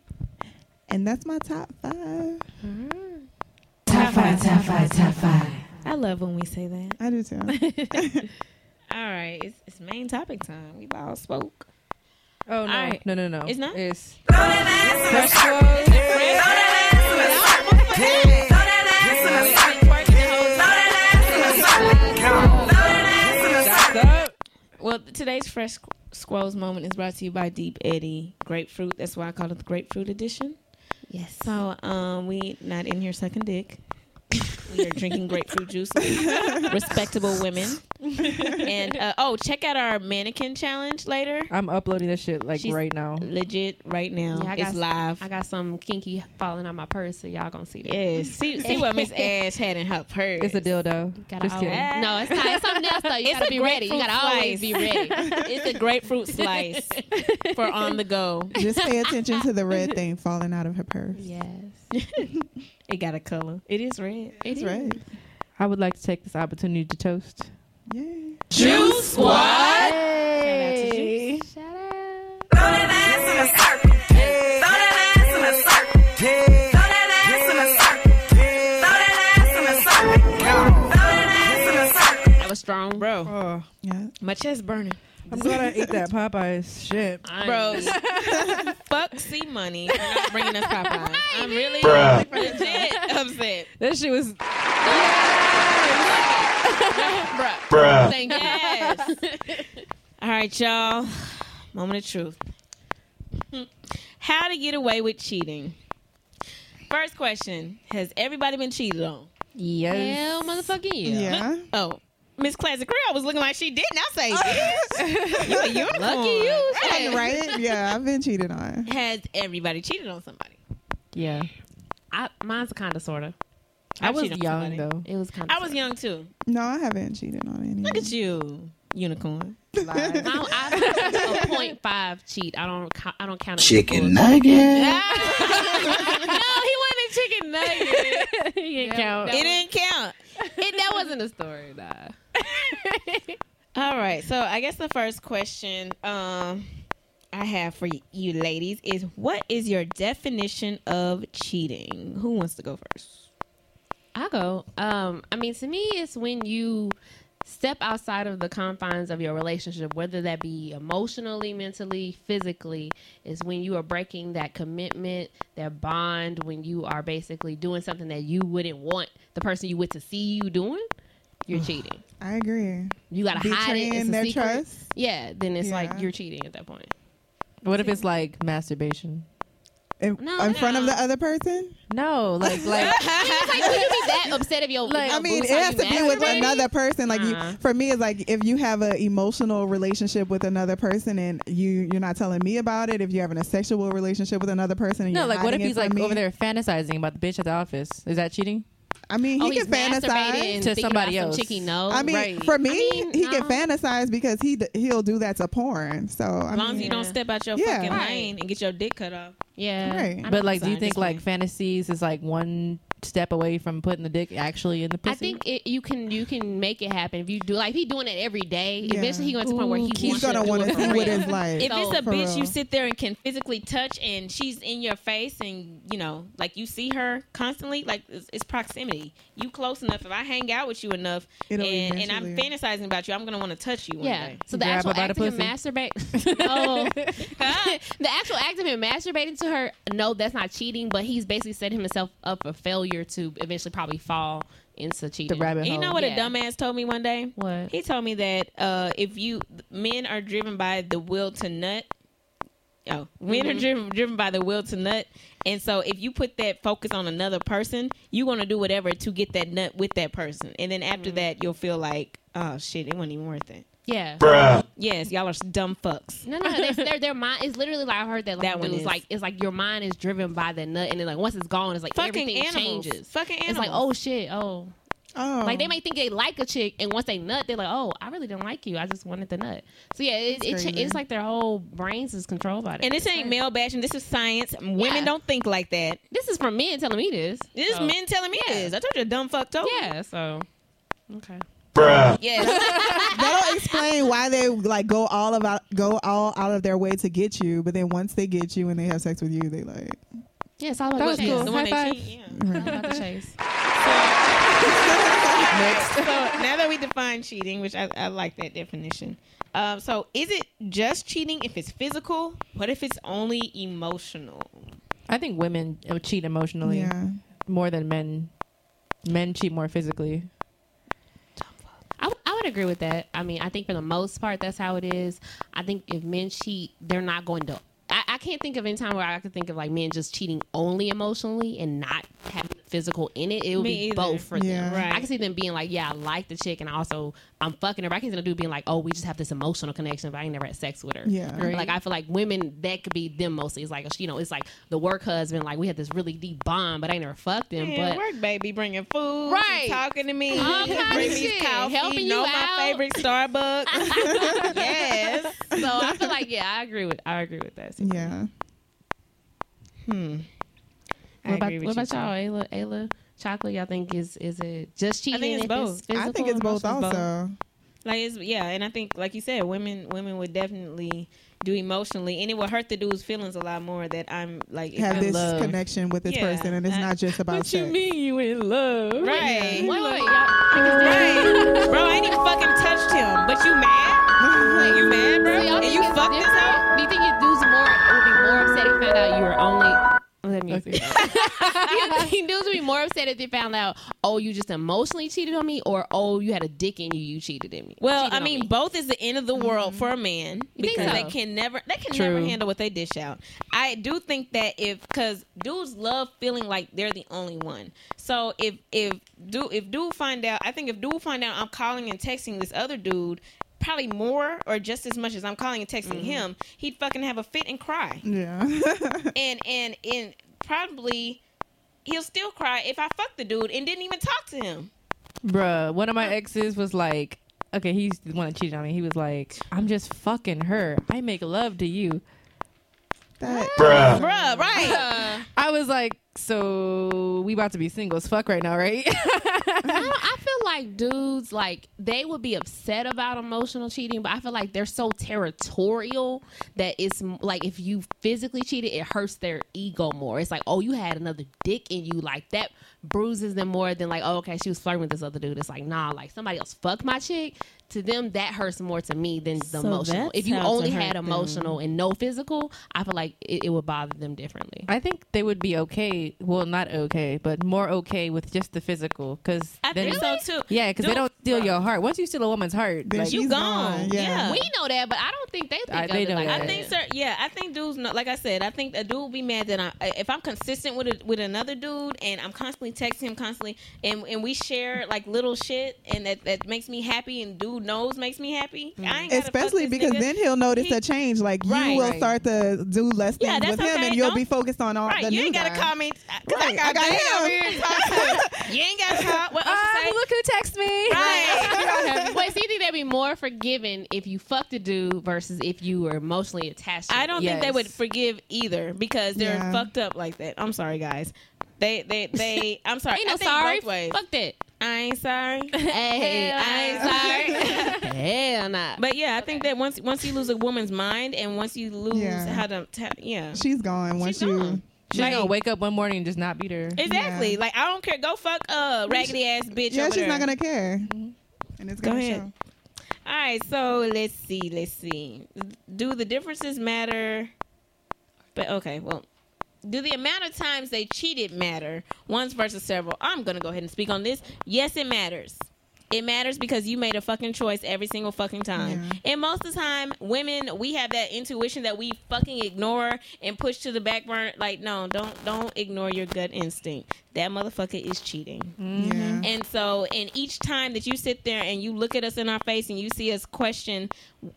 And that's my top five. Top five, top five, top five. I love when we say that. I do too. All right, it's, it's main topic time. We've all spoke. Oh no, Alright. no, no, no. It's not? It's Well, today's Fresh Squirrels moment is brought to you by Deep Eddy Grapefruit. That's why I call it the Grapefruit Edition. Yes. So, um, we not in here sucking dick. we are drinking grapefruit juice. Respectable women. And uh, oh, check out our mannequin challenge later. I'm uploading this shit like She's- right now. Legit, right now. Yeah, I it's got- live. I got some kinky falling on my purse, so y'all gonna see that. Yes. See, see what Miss Ash had in her purse. It's a dildo. Gotta Just kidding. always- No, it's not. It's something else though. You It's gotta a be ready. You grapefruit gotta always be slice. ready. It's a grapefruit slice for on the go. Just pay attention to the red thing falling out of her purse. Yes. It got a color. It is red. That's right. I would like to take this opportunity to toast. Yay. Juice Squad. Shout out. That was strong, Bro, Yeah. my chest burning. I'm glad I ate that Popeyes shit. Bro, fuck C Money for not bringing us Popeyes. I'm really legit upset. That shit was. Bro, thank you. All right, y'all. Moment of truth. How to get away with cheating. First question Has everybody been cheated on? Yes. Hell, motherfucking yeah. Yeah. Oh, Miss Classic Creole was looking like she didn't. I say, yes. you a unicorn. Lucky you. Right. Yeah, I've been cheated on. Has everybody cheated on somebody? Yeah. I, mine's kind of sorta. I, I've was cheated young on somebody. though. It was kind of. I was young too. No, I haven't cheated on Look anyone. at you, unicorn. I, don't- I, a point five cheat. I don't. co- I don't count it. Chicken nugget. no, he wasn't chicken nugget. he didn't count. It didn't count. It, that wasn't a story, nah. All right. So I guess the first question um, I have for y- you ladies is what is your definition of cheating? Who wants to go first? I'll go. Um, I mean, to me, it's when you step outside of the confines of your relationship, whether that be emotionally, mentally, physically, is when you are breaking that commitment, that bond, when you are basically doing something that you wouldn't want the person you would to see you doing. You're cheating. I agree. You gotta hide it. It's Betraying a their secret. trust. Yeah, then it's Yeah. like you're cheating at that point. What if it's like masturbation? In, No, in front of no. the other person? No, like like like, would you be that upset if your like, I mean, it has to be with another person. Like Nah. you, for me, it's like if you have an emotional relationship with another person and you you're not telling me about it. If you're having a sexual relationship with another person, and no, you're like what if hiding it he's from like me, over there fantasizing about the bitch at the office? Is that cheating? I mean, he Oh, he's can masturbating fantasize. and To thinking somebody about else. Some chicky knows. I mean, right. for me, mean, he no. can fantasize because he d- he'll do that to porn. So I As long as mean, you don't step out your Yeah. fucking Right. lane and get your dick cut off. yeah. Right. I don't But like, do you so, think just like me. fantasies is like one step away from putting the dick actually in the pussy? I think it, you can you can make it happen if you do like if he doing it every day. Yeah. Eventually he going to the point where he he's wants gonna want to see what it's like. If it's a for bitch you real. sit there and can physically touch and she's in your face and, you know, like you see her constantly, like it's, it's proximity. You close enough. If I hang out with you enough It'll and, and I'm eventually- fantasizing about you, I'm going to want to touch you one Yeah. day. So the Grab actual her by act the of him masturbate. oh, the actual act of him masturbating to her. No, that's not cheating. But he's basically setting himself up for failure to eventually probably fall into the cheating. rabbit And hole. you know what Yeah. a dumbass told me one day? What? He told me that uh, if you men are driven by the will to nut, oh, men Mm-hmm. are driven driven by the will to nut, and so if you put that focus on another person, you're gonna do whatever to get that nut with that person, and then Mm-hmm. after that, you'll feel like, oh shit, it wasn't even worth it. Yeah. Yes, y'all are dumb fucks. No, no, no. Their, their, their mind is literally like I heard that. Like, That one it was is. like it's like your mind is driven by the nut, and then like once it's gone, it's like Fucking everything animals. changes. Fucking animals. It's like oh shit, oh. oh, Like they may think they like a chick, and once they nut, they're like, oh, I really didn't like you. I just wanted the nut. So yeah, it, it, cha- crazy. it's like their whole brains is controlled by that. And this ain't male bashing. This is science. Women don't think like that. This is from men telling me this. This So, is men Oh. telling me Oh. Yeah. this. I told you, a dumb fuck told me. Yeah. So okay. Yes. that'll explain why they like go all about go all out of their way to get you, but then once they get you and they have sex with you, they like Yeah, it's all about That the was chase. cool. the one High that cheat. Yeah. All about the chase. so now that we define cheating, which I, I like that definition. Um, so is it just cheating if it's physical? What if it's only emotional? I think women uh, cheat emotionally Yeah. more than men. Men cheat more physically. I, w- I would agree with that. I mean, I think for the most part, that's how it is. I think if men cheat, they're not going to. I, I can't think of any time where I could think of like men just cheating only emotionally and not having the physical in it. It would Me be either. both for Yeah. them. Right. I can see them being like, yeah, I like the chick, and I also I'm fucking her. But I can see the dude being like, oh, we just have this emotional connection, but I ain't never had sex with her. Yeah. Right. Like I feel like women, that could be them mostly. It's like you know, it's like the work husband. Like we had this really deep bond, but I ain't never fucked him. Man, but work, baby, bringing food, Right. she talking to me, All kinds bring of me shit, coffee, helping know you my out. favorite Starbucks. yes. so I feel like yeah, I agree with I agree with that. Yeah. Hmm. I What about, agree with what you, about too. y'all, Ayla? Ayla, chocolate. Y'all think is is it just cheating? it's if both. physical, I think it's both emotional? also. Like it's yeah, and I think like you said, women women would definitely do emotionally, and it would hurt the dude's feelings a lot more. That I'm like if Have I this love- connection with this Yeah, person, and it's I- not just about What you sex. mean you in love? right, Wait, wait, y'all- right, bro. I ain't even fucking touched him, but you mad? Like, you mad, bro? So y'all and think you it's fucked this different? up? Do you think it dudes more it would be more upset if found out you were only? Let me. Okay. You think dudes would be more upset if they found out, oh, you just emotionally cheated on me, or oh, you had a dick in you, you cheated in me. Well, cheated I on mean, me. Mm-hmm. both is the end of the world for a man You think because so? they can never they can True. never handle what they dish out. I do think that if because dudes love feeling like they're the only one. So if if do if dude find out, I think if dude find out I'm calling and texting this other dude. Probably more or just as much as I'm calling and texting Mm-hmm. him, he'd fucking have a fit and cry. Yeah. And and and probably he'll still cry if I fucked the dude and didn't even talk to him. Bruh, one of my exes was like, okay, he's the one that cheated on me. He was like, I'm just fucking her. I make love to you. That- Bruh, right. I was like, so we about to be single as fuck right now, right? I, don't- I feel like dudes like they would be upset about emotional cheating, but I feel like they're so territorial that it's m- like if you physically cheated, it hurts their ego more. It's like, oh, you had another dick in you, like that bruises them more than like, oh, okay, she was flirting with this other dude. It's like, nah, like somebody else fucked my chick. To them, that hurts more to me than the So emotional. that's If you how to only hurt had them. emotional and no physical, I feel like it, it would bother them differently. I think they would be okay. Well, not okay, but more okay with just the physical, because I think so too. Yeah, because they Dude, don't steal your heart. Once you steal a woman's heart, Then like, she- you He's gone. gone, yeah. Yeah. We know that, but I don't think they think I- of they it know like that. Uh, I think, sir. Yeah, I think dudes know. Like I said, I think a dude be mad that I, if I'm consistent with a, with another dude and I'm constantly texting him constantly, and and we share like little shit, and that that makes me happy, and dude knows makes me happy. Hmm. I ain't gotta fuck Especially this because nigga. then he'll notice He- a change. Like Right. you will Right. start to do less Yeah, things with that's him, okay. and you'll Don't- be focused on all right, the you new ain't gotta guy. call me. 'cause Right, I I got got Dan him. over here to talk to him. You ain't gotta call. What else ah, you say? look who texted me. Right. Wait, so you think they'd be more forgiving if you fucked a dude versus if you were emotionally attached? To I don't think they Yes. would forgive either because they're Yeah. fucked up like that. I'm sorry, guys. They, they, they. I'm sorry. Ain't no I think sorry. Both ways. Fuck that. I ain't sorry. Hey, I ain't sorry. Hell nah. But yeah, I think that once once you lose a woman's mind and once you lose Yeah. how to ta- yeah. She's gone once She's you. gone. She's Like- gonna wake up one morning and just not beat her. Exactly. Yeah. Like I don't care. Go fuck a raggedy ass bitch. Yeah, over she's there. not gonna care. And Mm-hmm. it's Go gonna ahead. Mm-hmm. show. All right. So let's see. Let's see. Do the differences matter? But okay. Well, do the amount of times they cheated matter? Once versus several. I'm gonna go ahead and speak on this. Yes, it matters. It matters because you made a fucking choice every single fucking time. And most of the time, women, we have that intuition that we fucking ignore and push to the back burner. Like, no, don't don't ignore your gut instinct. That motherfucker is cheating. Mm. Yeah. And so, and each time that you sit there and you look at us in our face and you see us question,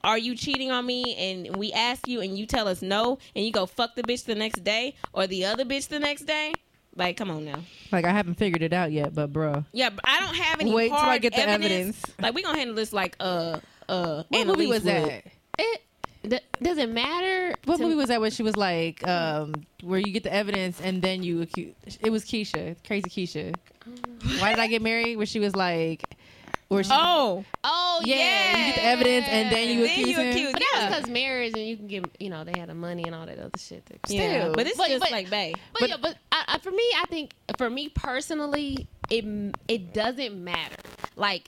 "Are you cheating on me?" and we ask you and you tell us no, and you go fuck the bitch the next day or the other bitch the next day. Like, come on now. Like I haven't figured it out yet, but bruh, Yeah, but I don't have any. Wait till I hard get the evidence. evidence. Like, we gonna handle this like uh uh. what movie Annalise was would. that? It th- does it matter. What to- movie was that where she was like, um, where you get the evidence and then you accuse? It was Keisha, crazy Keisha. Why did I get married? Where she was like, where she, Oh, Oh yeah, yeah, you get the evidence and then you Then accuse you him. accuse- But that Yeah. was because marriage and you can get you know they had the money and all that other shit. That, yeah. Still. But it's But- just but- like, babe. But, But- yeah, but I, I, for me, I think for me personally, it it doesn't matter like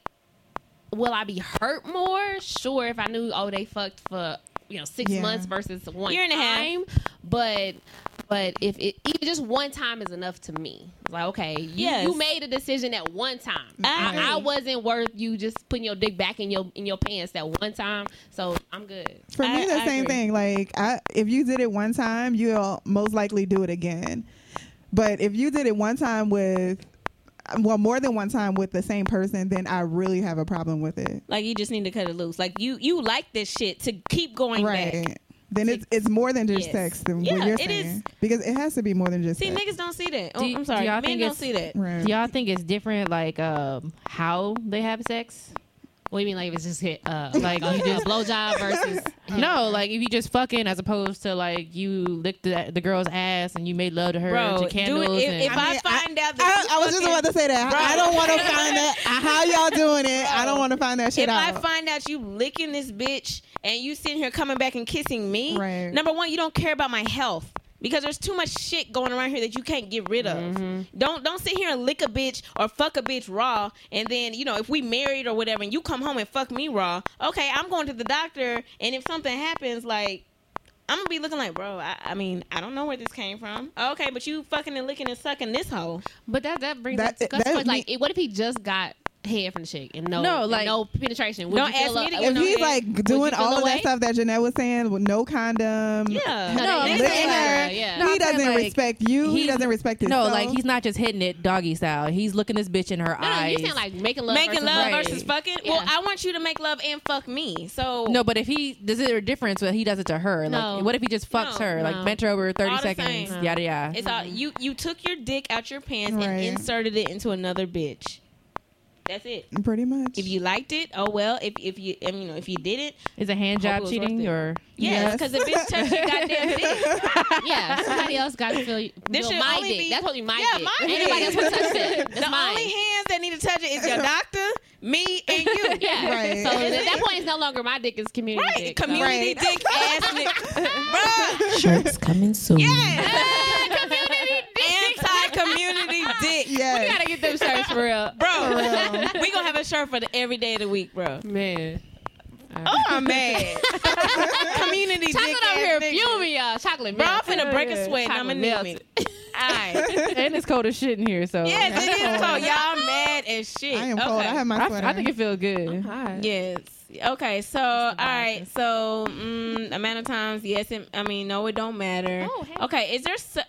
will I be hurt more? Sure, if I knew oh they fucked for you know six Yeah. months versus one Year and a half. time, but but if it even just one time is enough to me, it's like okay, you, Yes. you made a decision at one time. I I, I agree. wasn't worth you just putting your dick back in your in your pants that one time, so I'm good. For me, I- the I same agree. thing. Like, I, if you did it one time, you'll most likely do it again. But if you did it one time with, well, more than one time with the same person, then I really have a problem with it. Like you just need to cut it loose. Like you you like this shit to keep going back. Then it's it's more than just Yes. sex than Yeah, what you're it is. saying because it has to be more than just See, sex. niggas don't see that. Oh, Do- I'm do sorry, y'all men think don't it's- see that. Right. Do y'all think it's different, like um, how they have sex? What do you mean like if it's just hit uh, like you do a blowjob versus No, like if you just fucking, as opposed to like you licked the, the girl's ass and you made love to her, Bro, and do your it, candles. if, and, if I, mean, I- find out that I, I was just about to say that. I- I don't want to find that. How y'all doing it? I don't want to find that shit if out. I find out you licking this bitch and you sitting here coming back and kissing me, Right. number one, you don't care about my health because there's too much shit going around here that you can't get rid of. Mm-hmm. Don't don't sit here and lick a bitch or fuck a bitch raw, and then you know if we married or whatever, and you come home and fuck me raw. Okay, I'm going to the doctor, and if something happens, like. I'm gonna be looking like, bro. I, I mean, I don't know where this came from. Okay, but you fucking and licking and sucking this hoe. But that that brings That- up to that customers, me- like, it- what if he just got head from the chick and no, No, and like- no penetration? Would Don't you feel ask me a- to if get- he's Would like you doing feel all of away? that stuff that Janette was saying with no condom, Yeah, No, No, they- licking they- her, listen, yeah, yeah. No, he I'm saying, doesn't like, respect you. He, doesn't respect No, himself. like he's not just hitting it doggy style. He's looking this bitch in her No, no, you eyes. saying like making love, making versus love fucking. versus fucking. Well, Yeah. I want you to make love and fuck me. So No, but if he does it a difference when he does it to her, No. like what if he just fucks No, her, no. like bent her over thirty All the seconds, same. yada yada. It's all you. You took your dick out your pants Right. and inserted it into another bitch. That's it. pretty much. If you liked it, oh well. If if you I mean, you know if you didn't, Is a hand Hope it job was cheating worth it. or? yes, because the bitch touched your goddamn dick. yeah, somebody else got to feel, This feel should my only dick. be- That's what you my Yeah, dick. my Ain't dick. nobody else supposed to touch that. That's the mine. only hands that need to touch it is your doctor, me, and you. yeah. Right. So at that point, it's no longer my dick. It's community Right, dick. so- community Right. dick ass nigga, Shirts coming soon. yes, anti community dick, We yes, gotta get them shirts for real, bro. We gonna have a shirt for the every day of the week, bro. man. Oh, I'm mad. community dick Chocolate ass over here nigga. fuming, y'all. Chocolate. Bro, I'm melts. finna break a sweat and I'm Chocolate anemic. Alright. and it's cold as shit in here, so Yes, it is cold. Y'all mad as shit. I am okay. cold. I have my I, sweater. I think it feels good. Yes. Okay, so all right, so mm, amount of times, yes, it, I mean, no, it don't matter. Oh, hey. Okay, is there, so,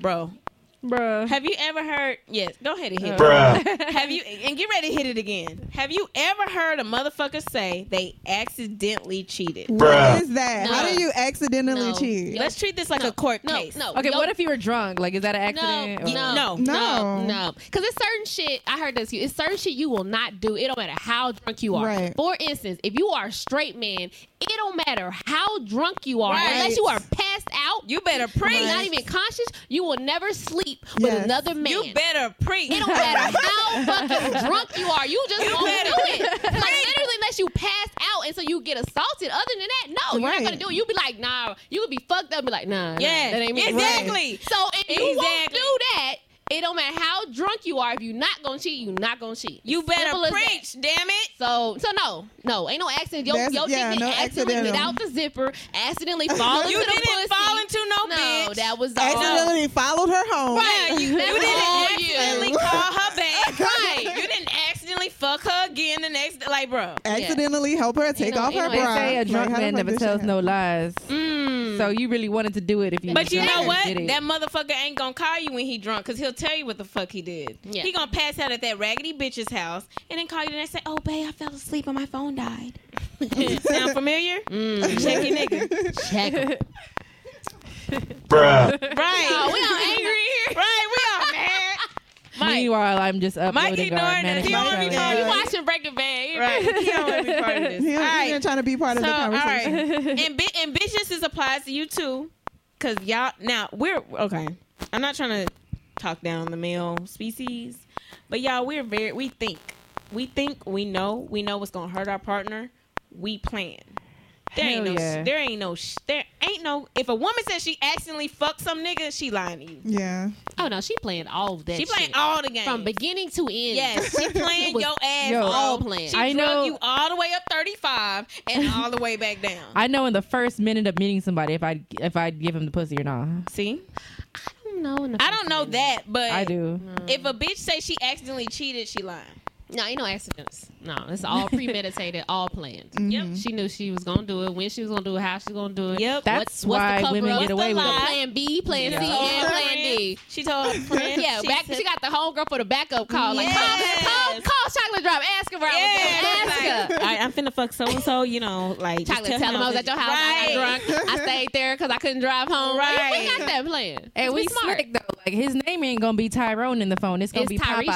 bro? Bruh. Have you ever heard? Yes, go ahead and hit it. Have you and get ready to hit it again? Have you ever heard a motherfucker say they accidentally cheated? what is that? No. How do you accidentally No. cheat? Yeah. Let's treat this like a court No, case. no. Okay, no, what if you were drunk? Like, is that an accident? No, or- No. no, no, No. no, Because it's certain shit. I heard this. It's certain shit you will not do. It don't matter how drunk you are. Right. For instance, if you are a straight man, it don't matter how drunk you are, Right. unless you are passed out. you better you're preach. not even conscious. You will never sleep Yes. with another man. You better preach. It don't matter how fucking drunk you are. You just You won't better- do it. Like literally, unless you pass out and so you get assaulted. Other than that, no, you're Right. not gonna do it. You be like, nah. You would be fucked up. And be like, nah. nah, Yes, that ain't me. exactly. So if you won't Exactly. do that, it don't matter how drunk you are. If you're not gonna cheat, you're not gonna cheat. You better Simple as that. preach, damn it. So, so no, no, ain't no accident. Your, There's- your yeah, dick no didn't accidentally accidental. get out the zipper, accidentally fall into You the didn't pussy. fall into no, bitch. that was all. Accidentally followed her home. Right. You, you That's all didn't you. accidentally call her back. Right. You didn't accidentally fuck her again the next day. Like, bro. Accidentally help her take know- off you her know, they They bra. say a Like, drunk how the man fuck never this shit tells no lies. Mm. So you really wanted to do it if you. But was you drunk know and what? did it. That motherfucker ain't gonna call you when he drunk because he'll tell you what the fuck he did. Yeah. He gonna pass out at that raggedy bitch's house and then call you the next day. Oh, babe, I fell asleep and my phone died. Sound familiar? Check your nigga. Check 'em. Right. No, we all angry here. Right. We all mad. Mike. Meanwhile, I'm just uploading Mike ignoring our us. management He don't challenge. be Oh, you Right. watching Breaking Bad? Right. He don't want to be part of this. is. He all ain't right. even trying to be part of the conversation. All right. and, bi- and bitches, this applies to you too. Because y'all, now, we're, okay. I'm not trying to talk down the male species, but y'all, we're very, we think. We think, we know, we know what's going to hurt our partner. We plan. There ain't no, Hell yeah. there ain't no, sh- there ain't no. If a woman says she accidentally fucked some nigga, she lying to you. Yeah. Oh no, she playing all of that. she playing shit. all the games from beginning to end. Yes, she It playing was your ass yo, all playing. playing. She I drug know- you all the way up thirty five and all the way back down. I know in the first minute of meeting somebody if I if I'd give him the pussy or not. See, I don't know. in the I don't first know minute. that, but I do. If a bitch say she accidentally cheated, she lying. No, ain't no accidents. No, it's all premeditated, all planned. Mm-hmm. Yep. She knew she was gonna do it, when she was gonna do it, how she was gonna do it. Yep. That's what's the why cover women up? get What's away the with lie? it. Plan B, Plan She C, told and her Plan D. friend- She told her friend. Yeah, she back, said- she got the whole girl for the backup call. Like, Yes. call, call, call Chocolate Drop. Ask her where I was at. Ask her. All right, I'm finna fuck so and so. You know, like just Chocolate, me tell him I was at your house. I Right. got drunk. I stayed there because I couldn't drive home. Right. We Right. got that plan. And we we smart. slick though. Like his name ain't gonna be Tyrone in the phone. It's gonna It's be Tyresha.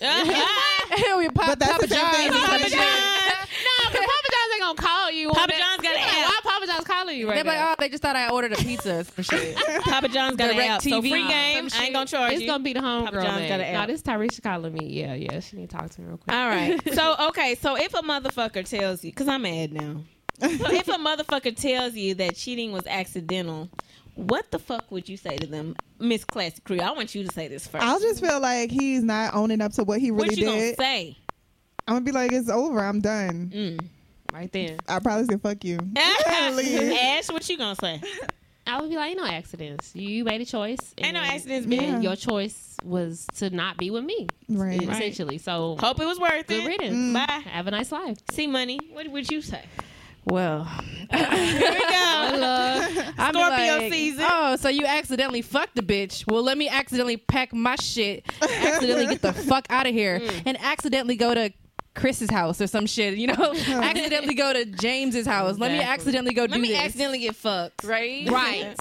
Popeyes. Papa Hell, we pop But that's Papa the same John's. thing. Papa John's. John's. No, because Papa John's ain't gonna call you. on Papa that. John's got They an be like, app. Why Papa John's calling you They're right like, now? oh, they just thought I ordered a pizza or some shit. Papa John's got an Direct app. So TV. free game. I ain't gonna charge It's you. gonna be the homegirl. Papa John's got an No, app. this Tyresha calling me. Yeah, yeah. She need to talk to me real quick. All right. So okay. So if a motherfucker tells you, because I'm mad now. So if a motherfucker tells you that cheating was accidental, what the fuck would you say to them, Miss Classic Crew? I want you to say this 1st I'll just feel like he's not owning up to what he really what you did. gonna say? I'm gonna be like, it's over. I'm done. Mm. Right then. I probably say fuck you. Leave. Ash, what you gonna say? I would be like, ain't no accidents. You, you made a choice. Ain't no and- accidents, Yeah. man. And your choice was to not be with me, Right. Right. essentially. So Hope it was worth good it. riddance. Mm. Bye. Have a nice life. See money. What would you say? Well, Here we go. I'm Scorpio season. Oh, so you accidentally fucked the bitch. Well, let me accidentally pack my shit, accidentally get the fuck out of here, and accidentally go to Chris's house or some shit. You know, accidentally go to James's house. Let me Exactly. accidentally go Let do me this. accidentally get fucked. right, Right.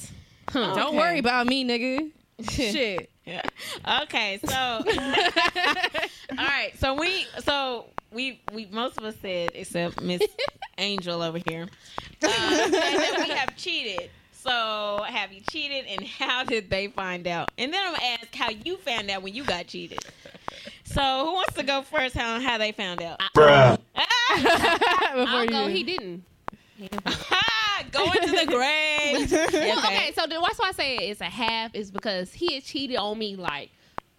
Huh. Don't Okay. worry about me, nigga. shit. Okay, so all right, so we so we we most of us said except Miss Angel over here uh, said that we have cheated. So have you cheated, and how did they find out? And then I'm gonna ask how you found out when you got cheated. So who wants to go first? How how they found out? Before I'll you- go. He didn't. Going to the grave. Well, okay, so then that's why I say it's a half is because he had cheated on me like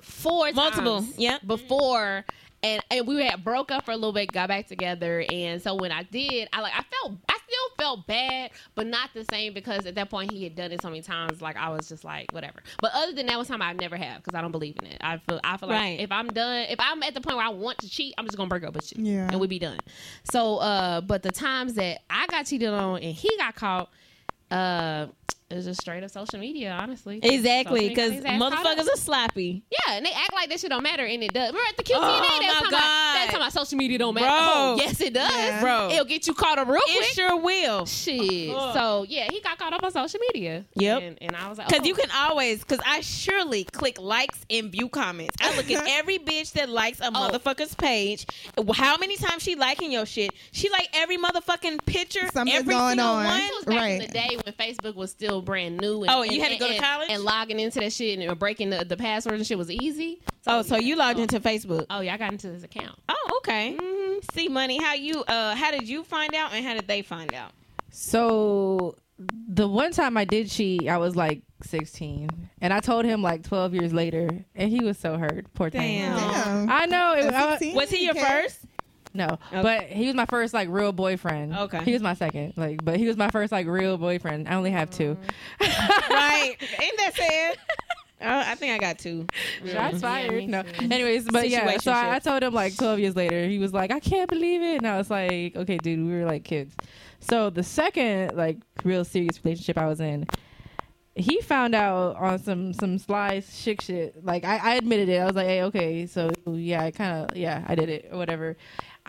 four Multiple, times yep. before, and and we had broke up for a little bit, got back together, and so when I did, I like I felt I still felt bad, but not the same because at that point he had done it so many times, like I was just like whatever. But other than that, was time I never have because I don't believe in it. I feel I feel like Right. if I'm done, if I'm at the point where I want to cheat, I'm just gonna break up with you, Yeah. and we be done. So, uh, but the times that I got cheated on and he got caught uh it's just straight up social media, honestly. Exactly, Social because media got his ass caught motherfuckers up. are sloppy. Yeah, and they act like that shit don't matter, and it does. Remember at the QTNA, Oh, they was my talking about, they God. was talking about social media don't matter. Bro. Oh, yes, it does. Yeah. Bro. It'll get you caught up real quick. It sure will. Shit. Ugh. So yeah, he got caught up on social media. Yep. And, and I was like, Because oh. you can always, because I surely click likes and view comments. I look at every bitch that likes a motherfucker's page. How many times she liking your shit? She like every motherfucking picture, Something's every going single on. one. This was back in Right. the day when Facebook was still brand new. And, Oh, and you and- had to go to and- college? and logging into that shit and breaking the, the passwords and shit was easy. Oh, so yeah. you logged Oh. into Facebook. Oh yeah, I got into this account. Oh, okay. See, money. How you? Uh, how did you find out, and how did they find out? So the one time I did cheat, I was like 16, and I told him like 12 years later, and he was so hurt. Poor thing. Damn. Damn. I know. It, At I- 16? Was he your Okay. first? No, but he was my first like real boyfriend. Okay. he was my second. Like, but he was my first like real boyfriend. I only have two. Mm. right. Ain't that sad? Oh, I think I got two. Shots me fired. no. too. Anyways, but yeah. So I, I Situationships. told him like 12 years later. He was like, I can't believe it. And I was like, okay, dude, we were like kids. So the second like real serious relationship I was in, he found out on some some sly shit shit. Like I, I admitted it. I was like, hey, okay, so yeah, I kind of yeah, I did it or whatever.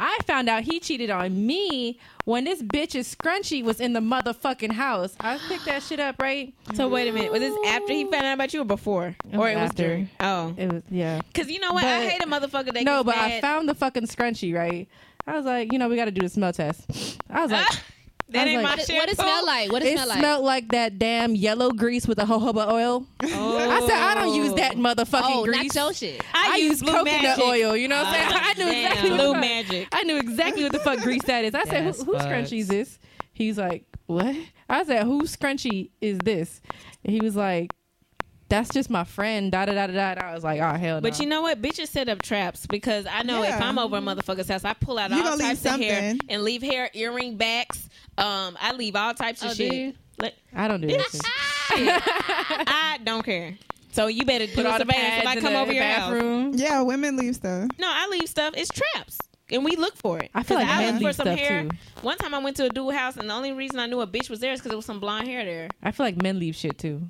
I found out he cheated on me when this bitch's scrunchie was in the motherfucking house. I picked that shit up, right? So wait a minute. Was this after he found out about you, or before, It or was it was after. during? Oh, It was yeah. because you know what? I But- hate a motherfucker that no, gets but I mad. found the fucking scrunchie, right? I was like, you know, we got to do the smell test. I was like, I That was ain't like, my shit. What it smell like? What it, it smell like? smelled like that damn yellow grease with the jojoba oil. I said, I don't use that motherfucking oh, grease. not your shit. I, use blue coconut magic. Oh, Ah, oil. You know what I'm saying? I knew Damn. exactly what blue the fuck, magic. I knew exactly what the fuck grease that is. I said, That's who, who fucked. scrunchies this? He's like, what? I said, whose scrunchie is this? And he was like, that's just my friend. Da da da da da. And I was like, oh hell no. But you know what? Bitches set up traps because I know if Yeah. I'm over a motherfucker's house, I pull out You all gonna leave types of hair something. and leave hair, earring backs. Um, I leave all types of Oh, do you? shit. Like, I don't do that. shit. I don't care. So you better do Put all the surveillance pads when I in come the over your house. bathroom. Yeah, women leave stuff. No, I leave stuff. It's traps. And we look for it. I feel like 'Cause men look leave stuff, too. One time I went to a dude house, and the only reason I knew a bitch was there is because there was some blonde hair there. I feel like men leave shit too.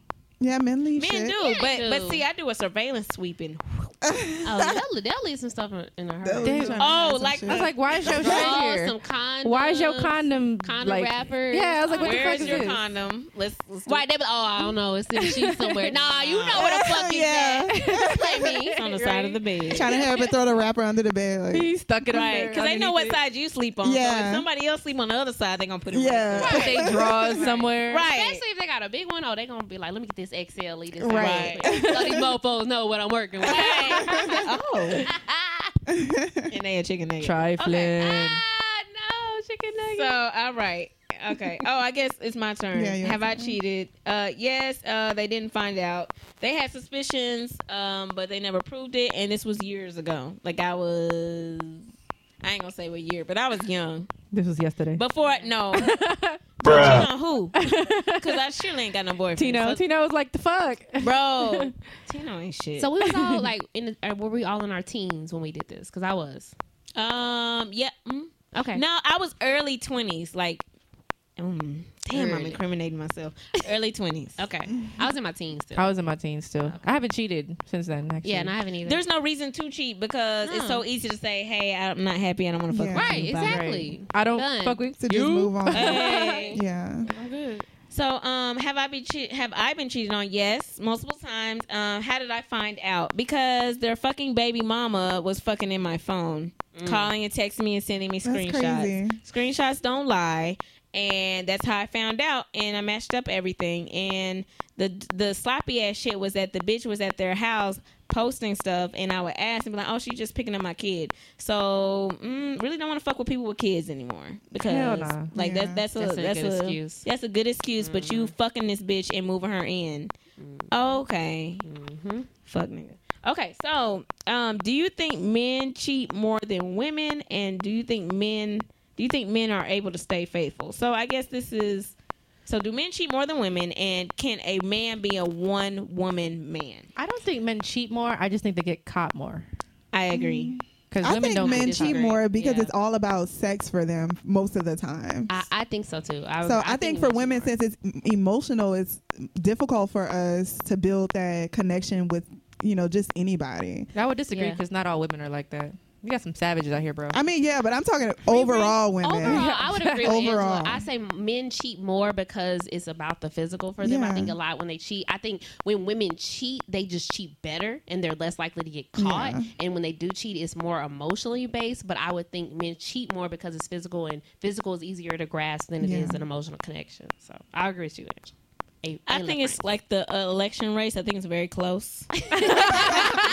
Yeah, men leave Men shit. do, Yeah, but they but do. see, I do a surveillance sweeping. Oh, they'll, they'll leave some stuff in- in a They'll hurry. leave some Oh, shit. like- I was like, why is your shit Oh, here? some condoms. Why is your condom condom like, wrappers? Yeah, I was like, what the Where fuck is is your this? condom? Let's, let's do Why they? be- Oh, I don't know. It's in the sheet somewhere. Nah, you know where the fuck is Yeah. that? Don't play me. It's on the side of the bed. Trying to have it throw the wrapper under the bed. Like, He stuck it Right, because they know what side you sleep on. So Yeah. if somebody else sleep on the other side, they're gonna put it. Yeah. Right. Put their drawers somewhere. right. Especially if they got a big one, oh, they gonna be like, let me get this XLE. This Right. right. so these mofos know what I'm working with. oh, and they a chicken nugget. Trifling. Okay. Ah, no, chicken So, nugget. all right. Okay. Oh, I guess it's my turn. Yeah, your Have I cheated? Uh, yes. Uh, they didn't find out. They had suspicions, um, but they never proved it. And this was years ago. Like I was, I ain't gonna say what year, but I was young This was yesterday. before. No. Bruh. Cheat on who? Because I surely ain't got no boyfriend. Tino, So- Tino was like, the fuck. bro. Tino ain't shit. So, we was all like, in the, uh, were we all in our teens when we did this? Because I was. um, yeah. Mm. Okay. No, I was early twenties. Like, mm, damn, I'm Early. incriminating myself. Early twenties. Okay. I was in my teens still. I was in my teens still. I haven't cheated since then. Actually. yeah, and I haven't either. There's no reason to cheat because it's so No. easy to say, "Hey, I'm not happy. I don't want to fuck." Yeah. with right, you." Right. exactly. I don't Done. fuck with to you. just move on. Hey. Yeah. I'm good. So, um, have I been che- have I been cheated on? Yes, multiple times. Um, how did I find out? Because their fucking baby mama was fucking in my phone, calling and texting me and sending me Mm. That's screenshots. crazy. Screenshots don't lie, and that's how I found out. And I matched up everything. And the the sloppy ass shit was that the bitch was at their house posting stuff, and I would ask and be like, "Oh, she's just picking up my kid." So, mm, really don't want to fuck with people with kids anymore because Hell nah. like Yeah. that that's a That's that's, a a good excuse. Mm-hmm. That's a good excuse, but you fucking this bitch and moving her in. Okay. Mm-hmm. Fuck nigga. Okay, so um do you think men cheat more than women and do you think men do you think men are able to stay faithful? So I guess this is so do men cheat more than women and can a man be a one woman man? I don't think men cheat more. I just think they get caught more I agree. because I women think don't. men get cheat caught. more because Yeah. it's all about sex for them most of the time. I, I think so too. I, so I, think, for women, since since it's m- emotional, it's difficult for us to build that connection with you know just anybody. I would disagree Yeah. because not all women are like that. You got some savages out here, bro. I mean, yeah, but I'm talking overall women. Overall, I would agree with Overall. Angela. I say men cheat more because it's about the physical for them. I Yeah. think a lot when they cheat. I think when women cheat, they just cheat better and they're less likely to get caught. Yeah. And when they do cheat, it's more emotionally based. But I would think men cheat more because it's physical and physical is easier to grasp than it is Yeah. an emotional connection. So I agree with you, Angela. A- I Ayla think it's Frank. like the uh, election race. I think it's very close.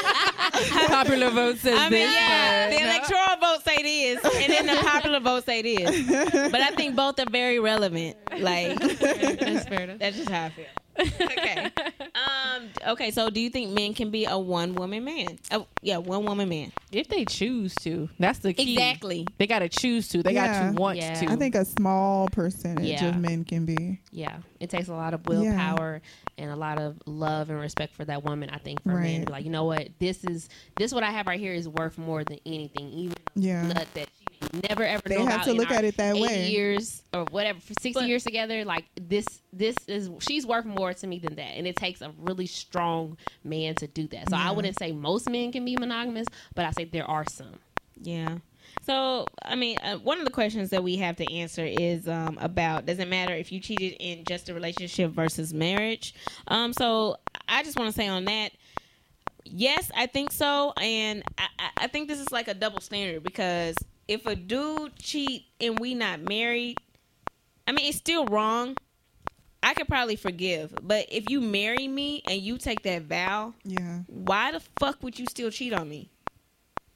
Popular vote says I mean, this. yeah, but the no. electoral vote say this, and then the popular vote say this. But I think both are very relevant. Like That's fair enough. that's just how I feel. Okay. Um. Okay. So, do you think men can be a one woman man? Oh, yeah, one woman man. if they choose to, that's the key. Exactly. They got to choose to. They Yeah. got to want Yeah. to. I think a small percentage Yeah. of men can be. Yeah, it takes a lot of Yeah. willpower and a lot of love and respect for that woman. I think for a man to Right. be like, you know what, this is this what I have right here is worth more than anything, even Yeah. blood that she may never ever. They know have about to in look our at it that eight way. Years or whatever, for sixty But- years together, like this, this is she's worth more to me than that, and it takes a really strong man to do that. So I wouldn't say most men can be monogamous, but I say there are some. Yeah. So, I mean, uh, one of the questions that we have to answer is um, about does it matter if you cheated in just a relationship versus marriage? Um, so, I just want to say on that, yes, I think so. And I, I- I think this is like a double standard because if a dude cheat and we not married, I mean, it's still wrong. I could probably forgive. But if you marry me and you take that vow, Yeah. why the fuck would you still cheat on me?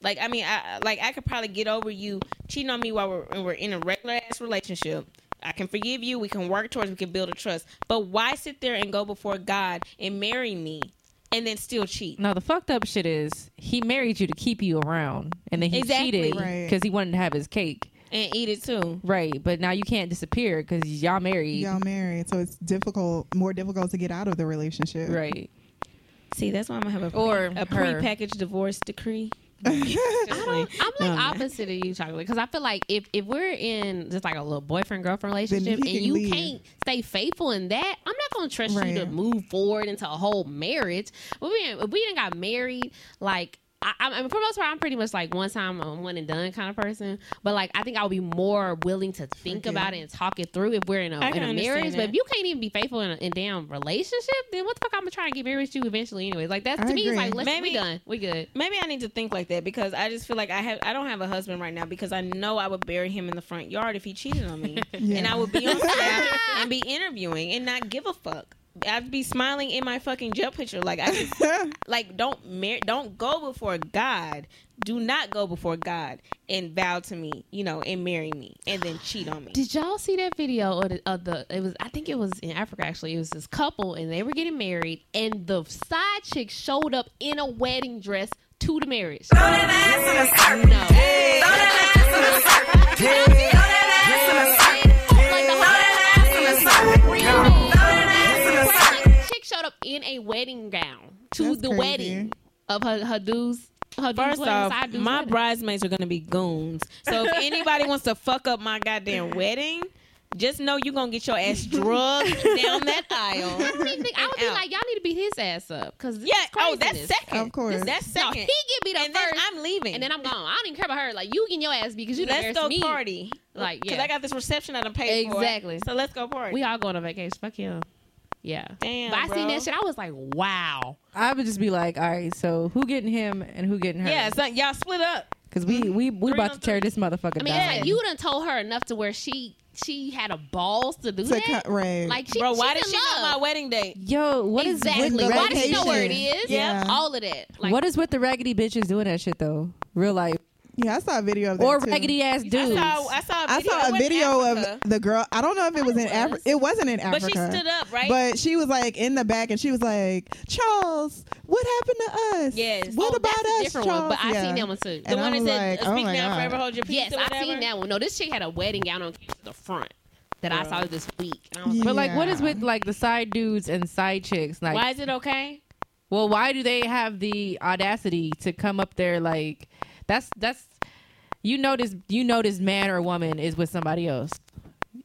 Like, I mean, I I- like I could probably get over you cheating on me while we're, we're in a regular ass relationship. I can forgive you. We can work towards. We can build a trust. But why sit there and go before God and marry me, and then still cheat? Now the fucked up shit is he married you to keep you around, and then he Exactly. cheated Right. because he wanted to have his cake, and eat it too. right? But now you can't disappear because y'all married, Y'all married, so it's difficult, more difficult to get out of the relationship. right? See, that's why I'm gonna have a Or a her. prepackaged divorce decree. I don't, I'm No, like I'm not. opposite of you, chocolate, because I feel like if if we're in just like a little boyfriend girlfriend relationship you and can you leave. can't stay faithful in that, I'm not gonna trust you to Right. move forward into a whole marriage. But we didn't, we didn't got married like. I, I mean, for the most part, I'm pretty much like one time, um, one and done kind of person. But like, I think I'll be more willing to think Forgive. about it and talk it through if we're in a, I in can a understand marriage. But that. if you can't even be faithful in a, in damn relationship, then what the fuck? I'm gonna try and get married to you eventually, anyways. Like that's I to me, it's agree. like let's we Maybe- done, we good. Maybe I need to think like that because I just feel like I have I don't have a husband right now because I know I would bury him in the front yard if he cheated on me, Yeah. and I would be on staff and be interviewing and not give a fuck. I'd be smiling in my fucking jail picture like I just like don't mar- don't go before God. Do not go before God and vow to me, you know, and marry me and then cheat on me. Did y'all see that video of the, of the? It was I think it was in Africa actually. It was this couple and they were getting married, and the side chick showed up in a wedding dress to the marriage. No. Like the whole- Like, Chick showed up in a wedding gown to That's the crazy. wedding of her her dudes. Her dude's First wedding, off, side dude's my wedding. bridesmaids are gonna be goons. So if anybody wants to fuck up my goddamn wedding, just know you're gonna get your ass drugged down that aisle. I think- I would be out. like, y'all need to beat his ass up because Yeah, oh, that's second. Of course. That's No, second. he get beat up and first. then I'm leaving. and then I'm gone. I don't even care about her. Like you getting your ass because you let's embarrassed go me. party. Like, because yeah. I got this reception that I'm paid for. Exactly. So let's go party. We all going on vacation. Fuck you. Yeah. Damn, but I seen bro. that shit. I was like, wow. I would just be like, all right, so who getting him and who getting her? yeah, so y'all split up. because we we we Three about on to tear this motherfucker I mean, down. it's like you done told her enough to where she she had a balls to do To that. cut- right. Like she, Bro, why she's did in she know love. my wedding date? Yo, what is exactly. with why did she know where it location? is? Yeah. All of that. Like, what is with the raggedy bitches doing that shit though? Real life yeah, I saw a video of that or too. raggedy ass dudes? I saw, I saw a video, I saw It a wasn't video Africa, of the girl. I don't know if it was in was. Africa. It wasn't in But Africa. she stood up, right? But she was like in the back, and she was like, "Charles, what happened to us? Yes. What oh, about that's a us, different Charles?" one, but I Yeah. seen that one the too. and one I that was said, like, oh "Speak my now, God. forever hold your peace." yes, or I whatever. seen that one. No, this chick had a wedding gown on the front that I saw this week. And I was like, But like, what is Yeah. with like the side dudes and side chicks? Like, why is it okay? well, why do they have the audacity to come up there? Like, that's that's you know this you know this man or woman is with somebody else.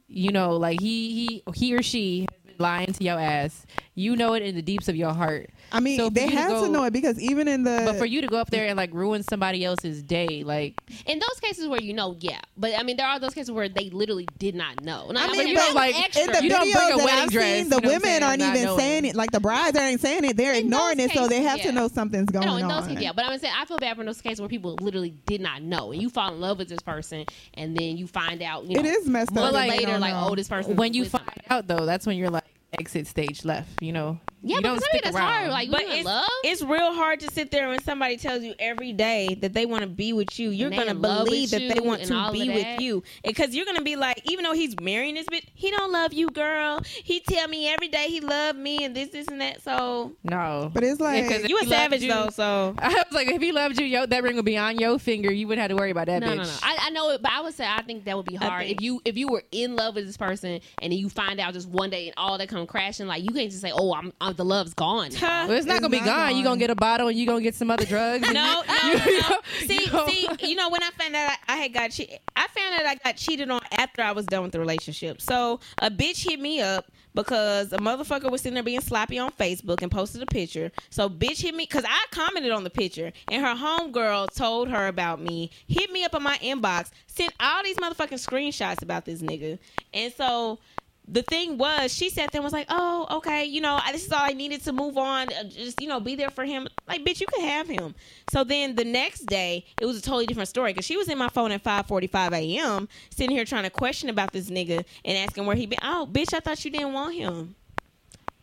You know, like he he he or she has been lying to your ass. You know it in the deeps of your heart. I mean, So for they you to have to go- know it because even in the But for you to go up there and like ruin somebody else's day, like In those cases where you know, yeah, but I mean, there are those cases where they literally did not know. And I I'm mean, like, but that's like, extra. in the videos You don't bring that a wedding I've dress, seen, you the know what I'm women aren't saying, and not even knowing. saying it. Like the brides aren't saying it; they're In ignoring those it. so they cases, have yeah. to know something's going no, in on. those cases, yeah. But I'm saying I feel bad for those cases where people literally did not know, and you fall in love with this person, and then you find out, you know, It is messed months up. if they later, don't like, know. oh, this person. when you find out though, that's when you're like exit stage left. You know, yeah, you because don't I mean, stick that's around. hard. Like, But you in it's, love. it's real hard to sit there when somebody tells you every day that they want to be with you. You're they gonna in love believe with that they you want and all to of be with that. you because you're gonna be like, even though he's marrying this bitch, he don't love you, girl. He tell me every day he loved me and this, this, and that. So no, But it's like- 'cause if you a he loved savage you- though. So I was like, if he loved you, yo, that ring would be on your finger. You wouldn't have to worry about that no, bitch. no, no. I, I know it, but I would say I think that would be hard think- if you if you were in love with this person and then you find out just one day and all that come crashing. Like you can't just say, "Oh, I'm, i the love's gone." now. Huh? Well, it's not It's gonna be not gone. You're gone. gonna get a bottle and you're gonna get some other drugs. and No, no, you- no, you no. know- See, you know. see, you know, when I found out I, I had got cheated, I found out I got cheated on after I was done with the relationship. So a bitch hit me up because a motherfucker was sitting there being sloppy on Facebook and posted a picture. So bitch hit me because I commented on the picture, and her homegirl told her about me, hit me up on my inbox, sent all these motherfucking screenshots about this nigga, and so the thing was, she sat there and was like, "Oh, okay, you know, I- this is all I needed to move on. uh, Just you know, be there for him. Like, bitch, you could have him." So then the next day, it was a totally different story because she was in my phone at 5:45 a.m. sitting here trying to question about this nigga and asking where he been. Oh, bitch, I thought you didn't want him.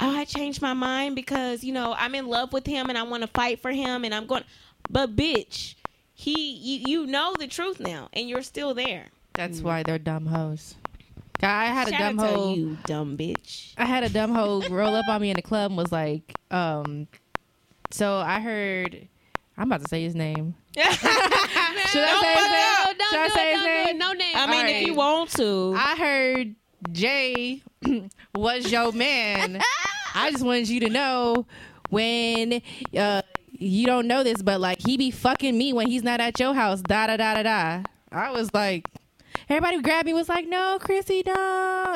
Oh, I changed my mind because you know I'm in love with him and I want to fight for him and I'm going. But bitch, he, you, you know the truth now and you're still there. That's why they're dumb hoes. I had a Shout dumb out to hoe. you dumb bitch. I had a dumb hoe roll up on me in the club and was like, um, so I heard, I'm about to say his name. Should I say his name? Should I say his name? No name. I mean, if Alright. you want to, I heard Jay was your man. I just wanted you to know when uh, you don't know this, but like he be fucking me when he's not at your house. Da da da da da. I was like, everybody grabbed me was like, no, Chrissy, don't.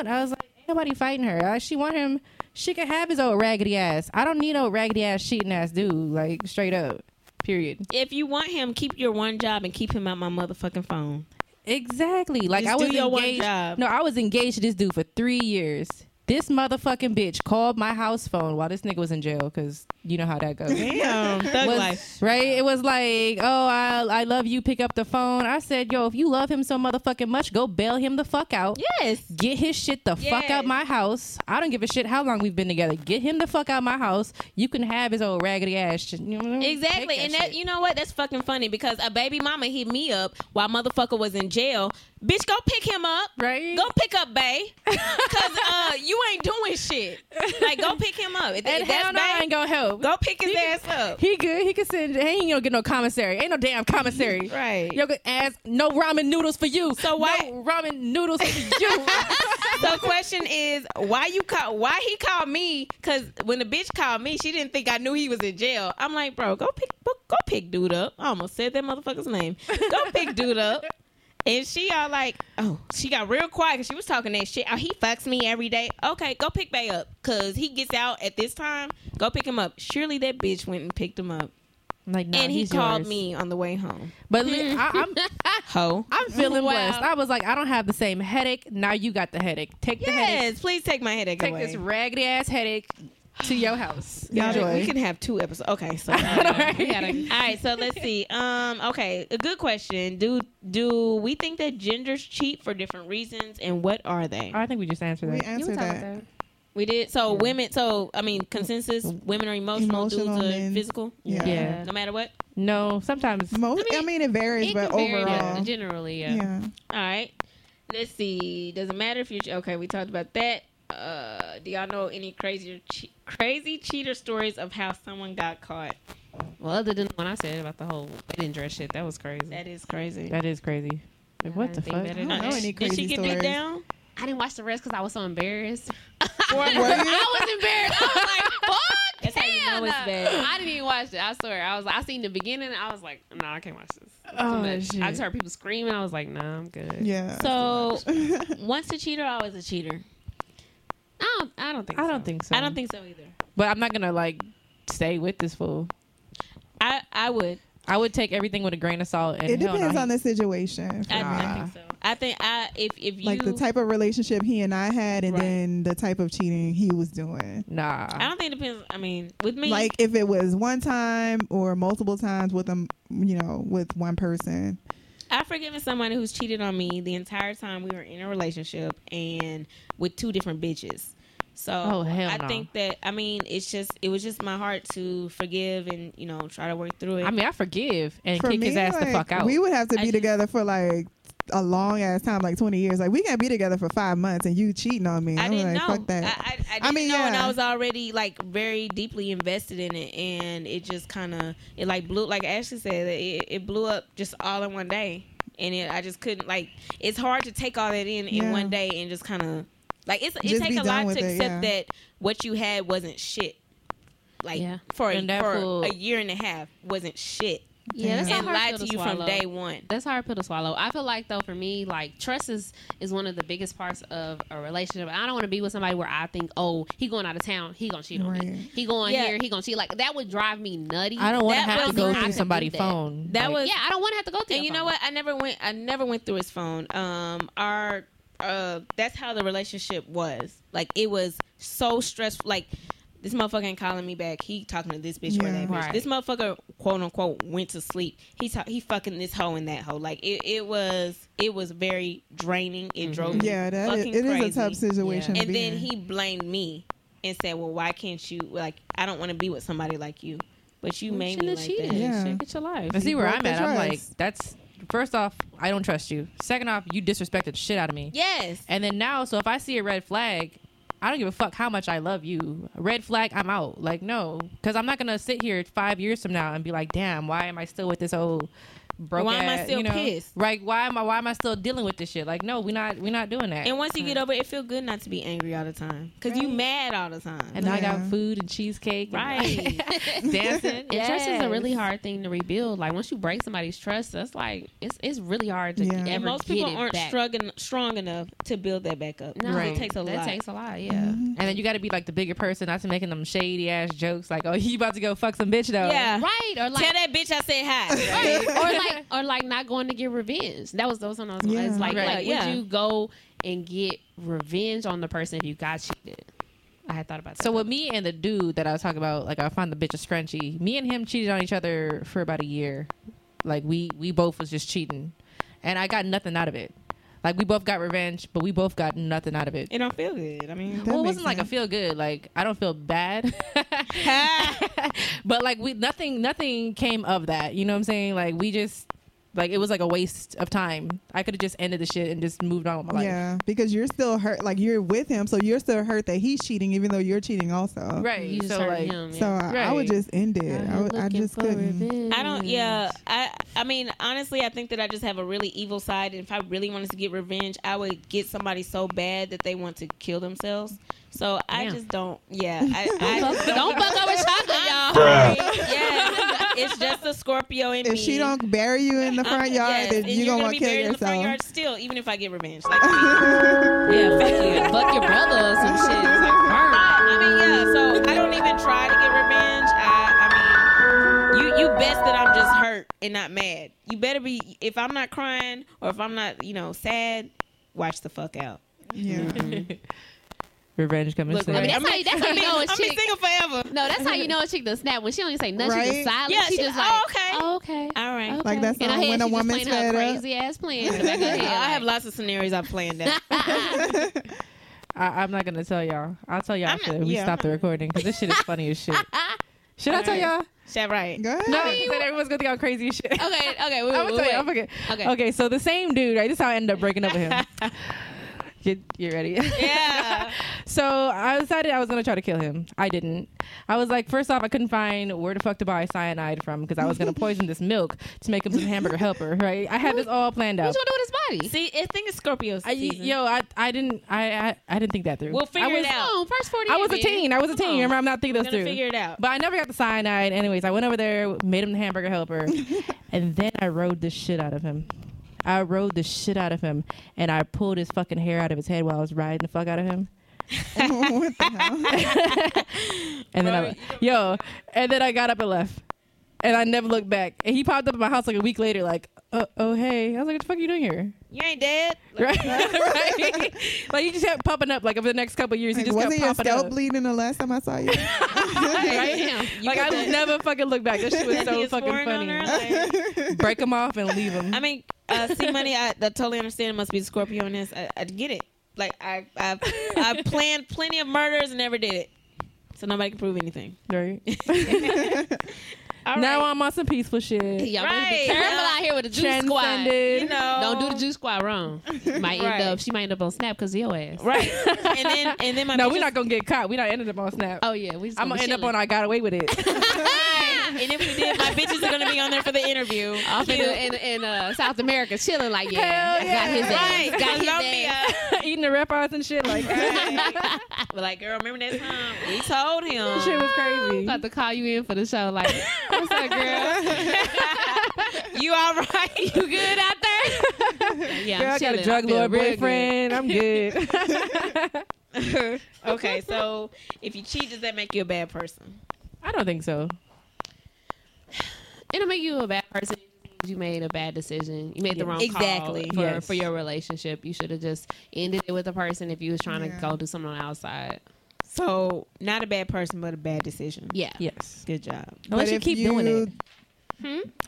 I was like, ain't nobody fighting her. Uh, she want him. She can have his old raggedy ass. I don't need no raggedy ass cheating ass dude. Like straight up. Period. if you want him, keep your one job and keep him out my motherfucking phone. Exactly. Like Just I do was your one engaged. job. No, I was engaged to this dude for three years. This motherfucking bitch called my house phone while this nigga was in jail because you know how that goes. Damn, thug Was- life. right? It was like, oh, I I love you. Pick up the phone. I said, yo, if you love him so motherfucking much, go bail him the fuck out. Yes. Get his shit the fuck Yes. out my house. I don't give a shit how long we've been together. Get him the fuck out my house. You can have his old raggedy ass. Shit. You know, Exactly, take and that shit. you know what? That's fucking funny because a baby mama hit me up while motherfucker was in jail. Bitch, go pick him up. right? Go pick up Bay, cause uh, you ain't doing shit. Like, go pick him up. If and if that's hell no, I Bay, ain't gonna help. go pick his ass up. He good. He can send. He ain't gonna get no commissary. Ain't no damn commissary. Right. Yo, good ass. No ramen noodles for you. So why- No ramen noodles for you. So, question is, why you call? Why he called me? Cause when the bitch called me, she didn't think I knew he was in jail. I'm like, bro, go pick, go, go pick dude up. I almost said that motherfucker's name. Go pick dude up. And she all like, oh, she got real quiet because she was talking that shit. Oh, he fucks me every day. Okay, go pick Bay up because he gets out at this time. Go pick him up. Surely that bitch went and picked him up, I'm like, nah, and he he's called yours. me on the way home. But li- I, am Ho. I'm feeling Wow. blessed. I was like, I don't have the same headache. Now you got the headache. Take the headache. Yes, please take my headache Take away. this raggedy ass headache to your house. Y'all, Enjoy. we can have two episodes. Okay, so Right? All right, so let's see. Um, okay, a good question. Do do we think that genders cheat for different reasons, and what are they? Oh, I think we just answered We that. answered that. We did so. Women. So I mean, consensus: women are emotional, Emotional, dudes are men. physical. Yeah. Yeah. No matter what. No, sometimes. Most, I I mean, it varies, It but can vary, but overall, generally, yeah. yeah. All right. Let's see. Doesn't matter if you. Okay, we talked about that. Uh, do y'all know any crazier, che- crazy cheater stories of how someone got caught? Well, other than what I said about the whole they didn't dress shit, that was crazy. That is crazy. That is crazy. Like, what the didn't think fuck? that I it- don't know any Did crazy she get stories. beat down? I didn't watch the rest because I was so embarrassed. Were you? I was embarrassed. I was like, fuck. That's how you know it's Hannah. bad. I didn't even watch it. I swear. I was. I seen the beginning. and I was like, no, I can't watch this. It's too Oh, much. shit. I just heard people screaming. I was like, nah, I'm good. Yeah. So once a cheater, always a cheater. I don't. I don't think. I so. don't think so. I don't think so either. But I'm not gonna like stay with this fool. I I would. I would take everything with a grain of salt. And it hell no, depends he- on the situation. for I, I me. think so. I think I if if you Like the type of relationship he and I had, and Right. then the type of cheating he was doing. Nah. I don't think it depends. I mean, with me, Like if it was one time or multiple times with them, you know, with one person. I've forgiven somebody who's cheated on me the entire time we were in a relationship and with two different bitches. So Oh, hell I no. think that I mean it's just it was just my heart to forgive and you know try to work through it. I mean, I forgive and For kick his me, ass the like, fuck out. We would have to I be just- together for like a long ass time, like twenty years. Like we can't be together for five months and you cheating on me. I I'm didn't like, know. Fuck that. I, I, I I didn't mean, know, and I yeah. was already like very deeply invested in it, and it just kind of it like blew, like Ashley said, it, it blew up just all in one day, and it, I just couldn't like. It's hard to take all that in in Yeah. one day and just kind of like it's it Just takes be a done lot with to it, accept yeah. that what you had wasn't shit. Like Yeah. for a, And that for fool- a year and a half wasn't shit, Yeah, that's and a hard lied pill to to you from swallow. day one. That's hard pill to swallow. I feel like though for me, like trust is is one of the biggest parts of a relationship. I don't want to be with somebody where I think, oh, he going out of town, he gonna cheat on Right. me. He going Yeah. here, he gonna cheat. Like that would drive me nutty. I don't want to That have to was- go I through couldn't do somebody's that. phone. That was yeah, I don't want to have to go through. And you know what? I never went. I never went through his phone. Um, our uh, that's how the relationship was. Like it was so stressful. Like this mother ain't calling me back. He talking to this bitch or Yeah. that bitch. Right. This motherfucker, quote unquote, went to sleep. He ta- he fucking this hoe and that hoe. Like it, it was it was very draining. It drove Mm-hmm. me yeah, that is, fucking it crazy. is a tough situation. to And be then in. he blamed me and said, "Well, why can't you? Like I don't want to be with somebody like you, but you made me like that." Yeah. Get your life. But see where broke I'm the at. I'm like, trust. that's first off, I don't trust you. Second off, you disrespected the shit out of me. Yes. And then now, so if I see a red flag, I don't give a fuck how much I love you. Red flag, I'm out. Like no, because I'm not gonna sit here five years from now and be like, damn, why am I still with this old broke? Why am I ass, still you know? pissed? Right? Why am I? Why am I still dealing with this shit? Like no, we're not. We're not doing that. And once you get over it, it feel good not to be angry all the time. Because you mad all the time. and now I got Yeah. food and cheesecake, and right. dancing. And trust is a Yes. really hard thing to rebuild. Like once you break somebody's trust, that's like it's it's really hard to Yeah. ever and most get people it aren't back. struggling, strong enough to build that back up. No, It Right. takes a that lot. takes a lot. Yeah. Mm-hmm. And then you got to be like the bigger person, not to making them shady ass jokes like, "Oh, you about to go fuck some bitch though." yeah. Right. Or like Tell that bitch I said hi. Right. or like or like not going to get revenge. That was those one I was Yeah. it's like, Right. like Yeah. would you go and get revenge on the person if you got cheated? I had thought about that. So with me and the dude that I was talking about, like I found the bitch a scrunchy. Me and him cheated on each other for about a year. Like we we both was just cheating, and I got nothing out of it. Like we both got revenge, but we both got nothing out of it. it don't feel good. I mean, That well, it makes wasn't like a sense. feel good. Like I don't feel bad, but like we nothing nothing came of that. You know what I'm saying? Like we just like it was like a waste of time. I could have just ended the shit and just moved on with my life. yeah, because you're still hurt. Like you're with him, so you're still hurt that he's cheating, even though you're cheating also. Right. you just so hurt like him. So yeah. I, I would Right. just end it. I, Now would, you're I looking just for couldn't. revenge. I don't. Yeah, I. I mean, honestly, I think that I just have a really evil side, and if I really wanted to get revenge, I would get somebody so bad that they want to kill themselves. So I Damn. just don't. Yeah, I, I Don't just fuck- don't fuck over chocolate, y'all. yes, it's just the Scorpio in me. If she don't bury you in the front yard, Uh, Yes, then and you're you gonna, want be to kill buried in the front yourself. yard still, even if I get revenge. Like, Yeah, fuck you. fuck your brother or some shit. It's like, burn. I mean, yeah. So I don't even try to get revenge. I, I mean, you you best that I'm just hurt and not mad. You better be. If I'm not crying or if I'm not, you know, sad, watch the fuck out. Yeah. revenge coming Look, soon. I mean, that's how, you- that's how you know I'm it's been chick. single forever. No, that's how you know a chick does snap when she don't even say nothing. She Right? just silent. Yeah, she, she- just oh, like, okay. oh, okay, All right. okay. Like that In her song, head, When a uh, she just Woman's playing her Fed Up. crazy ass plan. in the back of her head, I like- have lots of scenarios I planned out. I, I'm not gonna tell y'all. I'll tell y'all I'm after not- we yeah, stop I'm the recording because this shit is funny as shit. Should I tell Alright. y'all? Is that right? Go ahead. No, 'cause then everyone's gonna think I'm crazy as shit. Okay, okay. Wait, I'm wait, gonna tell wait. you. I'm okay. Okay. okay. so the same dude, right? This is how I ended up breaking up with him. you, you ready? Yeah. so I decided I was gonna try to kill him. I didn't. I was like, first off, I couldn't find where the fuck to buy cyanide from because I was gonna poison this milk to make him some hamburger helper, right? I had this all planned out. What you gonna do with his body? See, I think it's Scorpio I, season. yo, I, I didn't I, I I didn't think that through. We'll I figure it was- out. Oh, first forty. I was a teen. I was a Come teen. on. Remember, I'm not thinking Oh. We're those gonna through. figure it out. But I never got the cyanide. Anyways, I went over there, made him the hamburger helper, and then I rode the shit out of him. I rode the shit out of him, and I pulled his fucking hair out of his head while I was riding the fuck out of him. what the hell? And then I, yo, and then I got up and left, and I never looked back. And he popped up at my house like a week later, like, uh, oh hey, I was like, what the fuck are you doing here? you ain't dead. Right, right. Like he just kept popping up. Like over the next couple of years, he Like, just wasn't kept your popping scalp up. bleeding the last time I saw you? Damn. Like I just never fucking looked back. That shit was He so was fucking pouring on her, funny. like- Break him off and leave him. I mean, uh, see, money. I, I totally understand. It must be the Scorpio in this. I, I get it. Like I, I, I planned plenty of murders and never did it, so nobody can prove anything. Right. All Now right. I'm on some peaceful shit. Y'all better Right. be careful Yeah. out here with the juice squad. Transcended. you know, Don't do the juice squad wrong. Might Right. end up. She might end up on snap because of your ass. right. And then, and then my no, bitches- we're not gonna get caught. We not ended up on Snap. Oh yeah, we. Just I'm gonna be end up chilling. on I got away with it. And if we did, my bitches are gonna be on there for the interview. off in, in, in uh, South America, chilling like yeah, Hell got his Right, ass, got his Colombia. ass. Eating the reptiles and shit like that Right. We're like, girl, remember that time we told him shit was crazy. About to call you in for the show, like what's up, girl? you all right? You good out there? yeah, I'm Girl, I got chilling. a I drug feel lord real good. boyfriend. I'm good. okay, so if you cheat, does that make you a bad person? I don't think so. It'll make you a bad person. You made a bad decision. You made the Yes. wrong Exactly. call for, Yes. for your relationship. You should have just ended it with the person if you was trying Yeah. to go do something on the outside. So not a bad person, but a bad decision. Yeah. Yes. Good job. But Unless you if keep doing you- it.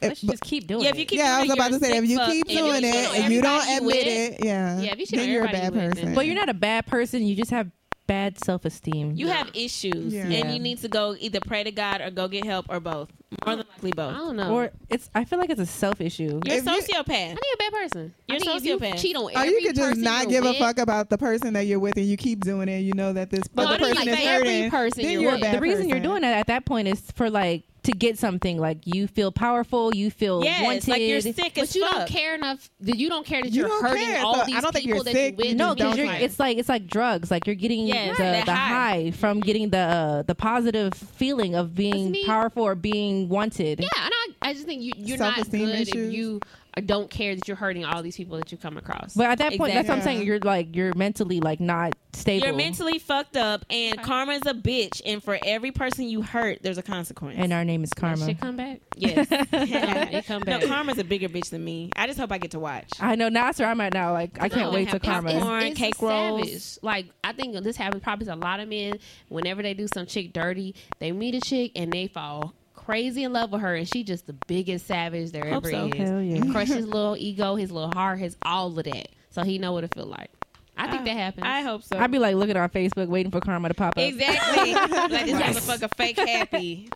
Unless you just keep doing Yeah, it. if you keep yeah, I doing was it, about to you're say if you sick keep fuck. doing you it, cheat on if you don't everybody you admit with- it, yeah, yeah, if you cheat on then you're a everybody bad you with, then- person. but you're not a bad person. You just have bad self esteem. You have issues, Yeah. and Yeah. you need to go either pray to God or go get help or both. More than likely, I both. don't know. or it's I feel like it's a self issue. You're a If you- sociopath. I need a bad person. I You're think if you sociopath. Cheat on Or every Oh, you could just person not you're give a with- fuck about the person that you're with and you keep doing it. You know that this No, I other mean, person like, is every hurting. person then you're you're a with. bad the reason you're person. doing that at that point is for like to get something. Like you feel powerful, you feel Yes, wanted. like you're sick as But you fuck. don't care enough. that You don't care that You you're don't hurting care, all so I these don't think you're people that sick. you with. no, and being because don't you're, like- care. it's like it's like drugs. Like you're getting Yes, the, that the high. high from getting the uh, the positive feeling of being me. powerful or being wanted. Yeah, and I, I just think you, you're not Self-esteem good issues. if you uh, don't care that you're hurting all these people that you come across. But at that point, that's what I'm Exactly. saying. You're like you're mentally like not stable. You're mentally fucked up, and karma is a bitch. And for every person you hurt, there's a consequence. and our name is Karma. Shit come back. yes, It come no, back. karma's a bigger bitch than me. I just hope I get to watch. I know now, that's where I'm at now. Like I No, can't wait it till happens. Karma. It's, Corn, it's cake rolls. savage. Like I think this happens probably to a lot of men. Whenever they do some chick dirty, they meet a chick and they fall crazy in love with her, and she just the biggest savage there Hope ever so. is. Oh, Hell yeah. Crush his little ego, his little heart, his all of that. So he know what it feel like. I think that happens. I hope so. I'd be like looking on Facebook, waiting for Karma to pop up. exactly. like this Yes. motherfucker fake happy.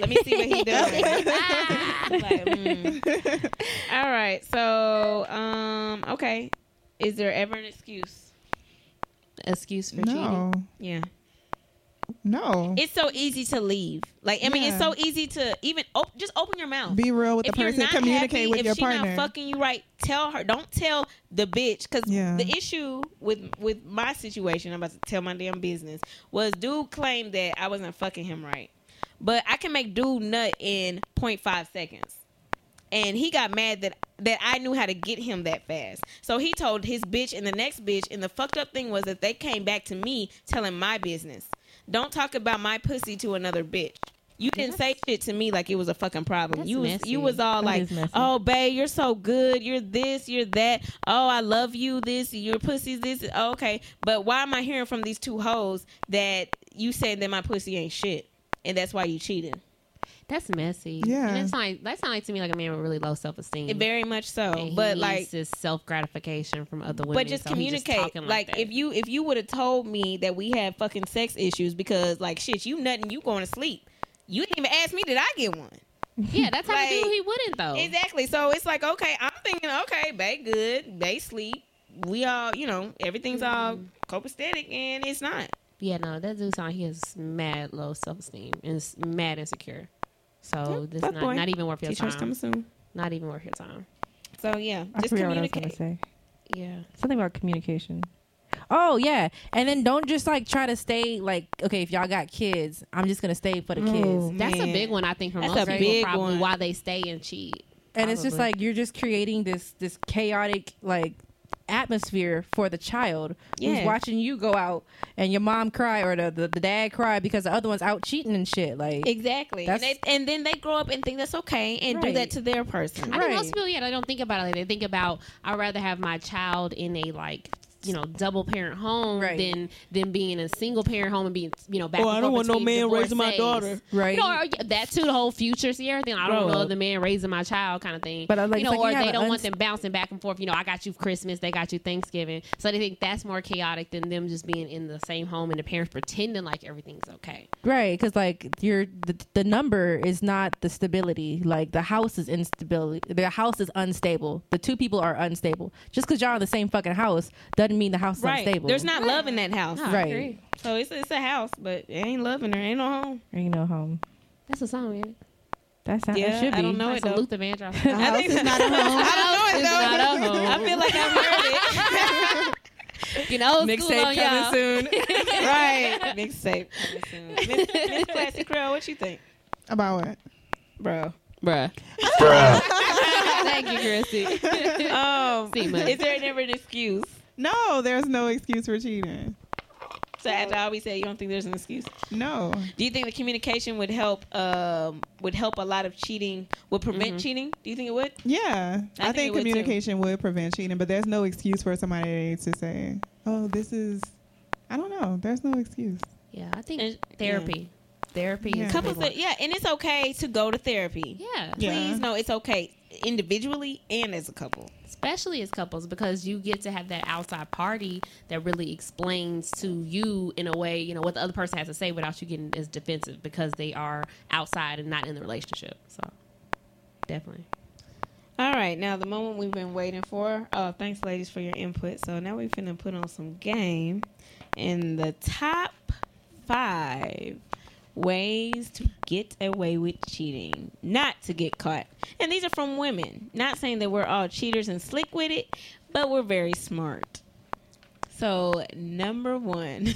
Let me see what he doing. Like, mm. All right. So, um, okay. Is there ever an excuse? Excuse for cheating. No, Yeah. no. It's so easy to leave. Like, I mean, it's Yeah. so easy to even op- just open your mouth. Be real with if the you're person. not Communicate happy, with if your she not partner. fucking you right, tell her. Don't tell the bitch. Cause Yeah. the issue with with my situation, I'm about to tell my damn business, was dude claimed that I wasn't fucking him right, but I can make dude nut in 0.5 seconds, and he got mad that that I knew how to get him that fast. So he told his bitch and the next bitch, and the fucked up thing was that they came back to me telling my business. Don't talk about my pussy to another bitch. You didn't say shit to me like it was a fucking problem. That's you was, messy. you was all That like, is messy. "Oh, babe, you're so good. You're this. You're that. Oh, I love you. This. Your pussy's this. Oh, okay, but why am I hearing from these two hoes that you said that my pussy ain't shit, and that's why you cheating? That's messy. Yeah. And it's like that sounds like to me like a man with really low self esteem. Mm. Very much so. but like, this self gratification from other women. but just so he communicate. talking like, that. if you if you would have told me that we had fucking sex issues because like shit, you nothing. You going to sleep. You didn't even ask me. Did I get one? yeah, that's how you do. like- He wouldn't though. Exactly. So it's like, okay, I'm thinking, okay, they good, they sleep. We all, you know, everything's all Mm-hmm. copacetic, and it's not. Yeah, no, that dude sound he has mad low self esteem and is mad insecure. So this fuck not boy. not even worth your T-shirts time. coming soon. Not even worth your time. So yeah, I just forgot what I was gonna communicate. say. Yeah. Something about communication. Oh yeah, and then don't just like try to stay like okay if y'all got kids, I'm just gonna stay for the Mm, kids. That's Man. a big one I think for That's most a people big probably one. why they stay and cheat. And it's just Probably. like you're just creating this this chaotic like atmosphere for the child Yeah. who's watching you go out and your mom cry or the, the, the dad cry because the other one's out cheating and shit. Like Exactly. And, That's- they, and then they grow up and think that's okay and do Right. that to their person. I think Right. most people, yeah, they don't think about it. Like, they think about I'd rather have my child in a like you know double parent home Right. than than being in a single parent home and being you know back. Oh, and I don't forth want no between man raising my divorcees. daughter. Right. You know, or, yeah, that too, the whole future Sierra thing. I don't Bro. know the man raising my child kind of thing. But I like- you it's know, like you or have they an don't uns- want them bouncing back and forth. You know, I got you Christmas, they got you Thanksgiving. So they think that's more chaotic than them just being in the same home and the parents pretending like everything's okay. Right, because like your the, the number is not the stability. Like the house is instability. The house is unstable. The two people are unstable. Just because y'all in the same fucking house doesn't mean the house is Right. unstable. There's not love in that house. No, I Right. agree. So it's it's a house, but it ain't love in there. Ain't no home. you know home. That's a song, man. That's not. Yeah, it should be. I don't know No, it it's a though. Luther Vandross. The house think- is not a home. It's I not don't know it though. a home. I feel like I've heard it. oh, You know, oh, school on Mixtape y'all. coming soon. right. Mixtape coming soon. Miss, Miss Classic Girl, what you think? About what? Bro. Bruh. Thank you, Chrissy. Um, See, man. is there never an excuse? No, there's no excuse for cheating. So after I always say you don't think there's an excuse. No. Do you think the communication would help um would help a lot of cheating would prevent cheating? Do you think it would? Yeah, I I, think it think, would, too. communication would prevent cheating, but there's no excuse for somebody to say, "Oh, this is." I don't know. There's no excuse. yeah, I think And- therapy. Therapy Yeah. is Couples, couples. that, e- yeah, and it's okay to go to therapy. yeah. Please, Yeah. no, it's okay individually and as a couple. especially as couples because you get to have that outside party that really explains to you in a way you know what the other person has to say without you getting as defensive because they are outside and not in the relationship so definitely All right, now the moment we've been waiting for. Uh, thanks, ladies, for your input. So now we're finna put on some game. In the top five ways to get away with cheating, not to get caught. And these are from women. Not saying that we're all cheaters and slick with it, but we're very smart. So number one,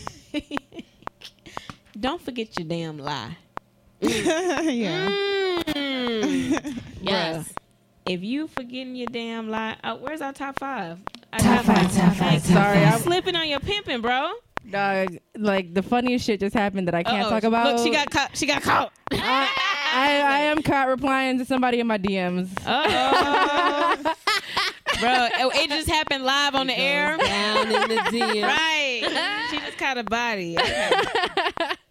don't forget your damn lie. yeah. yes If you forgetting your damn lie, oh, where's our top five? Our Top five, top five, Thanks. top Sorry, five. I'm- Slipping on your pimping, bro. Dog, like the funniest shit just happened that I can't Uh-oh. talk about. Look, she got caught. She got caught. I, I, I am caught replying to somebody in my DMs. Oh, bro, oh, it, it just happened live on the air. down in the DM. Right. she just caught a body.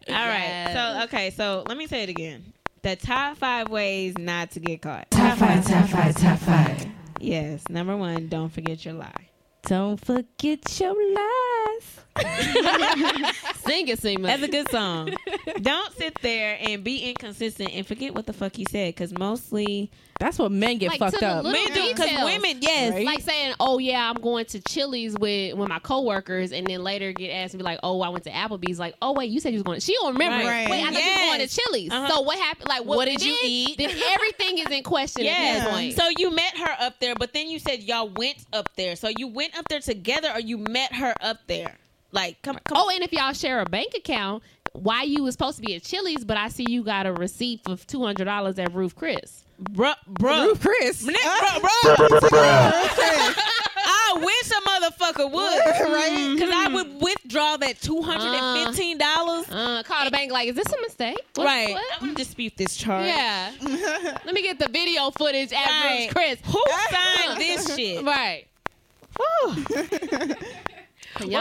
Okay. All right. So okay. So let me say it again. The top five ways not to get caught. Top five, top five, top five. Yes. Number one, don't forget your lie. Don't forget your lies. sing it Seema. That's a good song. don't sit there and be inconsistent and forget what the fuck you said, because mostly That's what men get Like, to fucked the up. little- men do. Because details. women, yes, like saying, "Oh yeah, I'm going to Chili's with with my coworkers," and then later get asked to be like, "Oh, I went to Applebee's." Like, "Oh wait, you said you was going." She don't remember. Right. Wait, I thought you was going Yes. to Chili's. Uh-huh. So what happened? Like, what, did you eat? Then everything is in question at Yes. that point. So you met her up there, but then you said y'all went up there. So you went up there together, or you met her up there? Like, come, come. oh, and if y'all share a bank account, why you was supposed to be at Chili's, but I see you got a receipt for two hundred dollars at Roof Chris. bruh, bruh. Ruth Chris. Nick, bruh, bruh. Ruth Chris. I wish a motherfucker would, Right? Because I would withdraw Uh-huh. that two hundred and fifteen dollars. Uh, call the bank like, "Is this a mistake?" What- right. what? I'm gonna dispute this charge. Yeah. Let me get the video footage at Right. Roof Chris. Who signed this shit? Right. What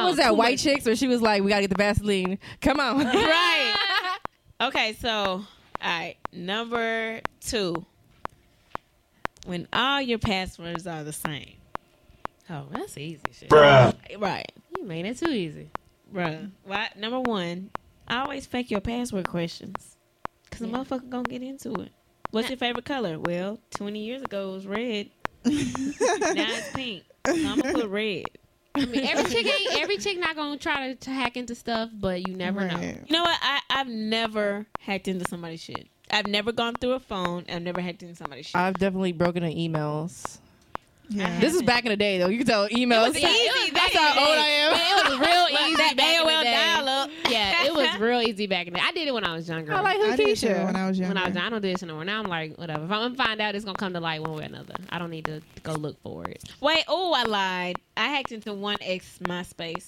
was that white chicks where she was like, "We gotta get the Vaseline. Come on." Right. Okay, so all right, number two. When all your passwords are the same. Oh, that's easy shit. Right. You made it too easy. Bruh. Why, number one, I always fake your password questions. Because the motherfucker going to get into it. What's your favorite color? Well, 20 years ago it was red. now it's pink. So I'm going to put red. I mean, every chick ain't every chick not gonna try to, to hack into stuff, but you never know. Right. You know what? I, I've never hacked into somebody's shit. I've never gone through a phone. I've never hacked into somebody's shit. I've definitely broken the emails. Yeah. This is back in the day though. You can tell emails. easy. That's back in how the old I day. am. It was real easy That back in the AOL day. dial up. Yeah, it was real easy back in the day. I did it when I was younger. I like I did too Lakeisha. when I was younger. when I was I don't do this anymore. Now I'm like, whatever. If I'm gonna find out, it's gonna come to light one way or another. I don't need to go look for it. Wait, oh, I lied. I hacked into one ex MySpace.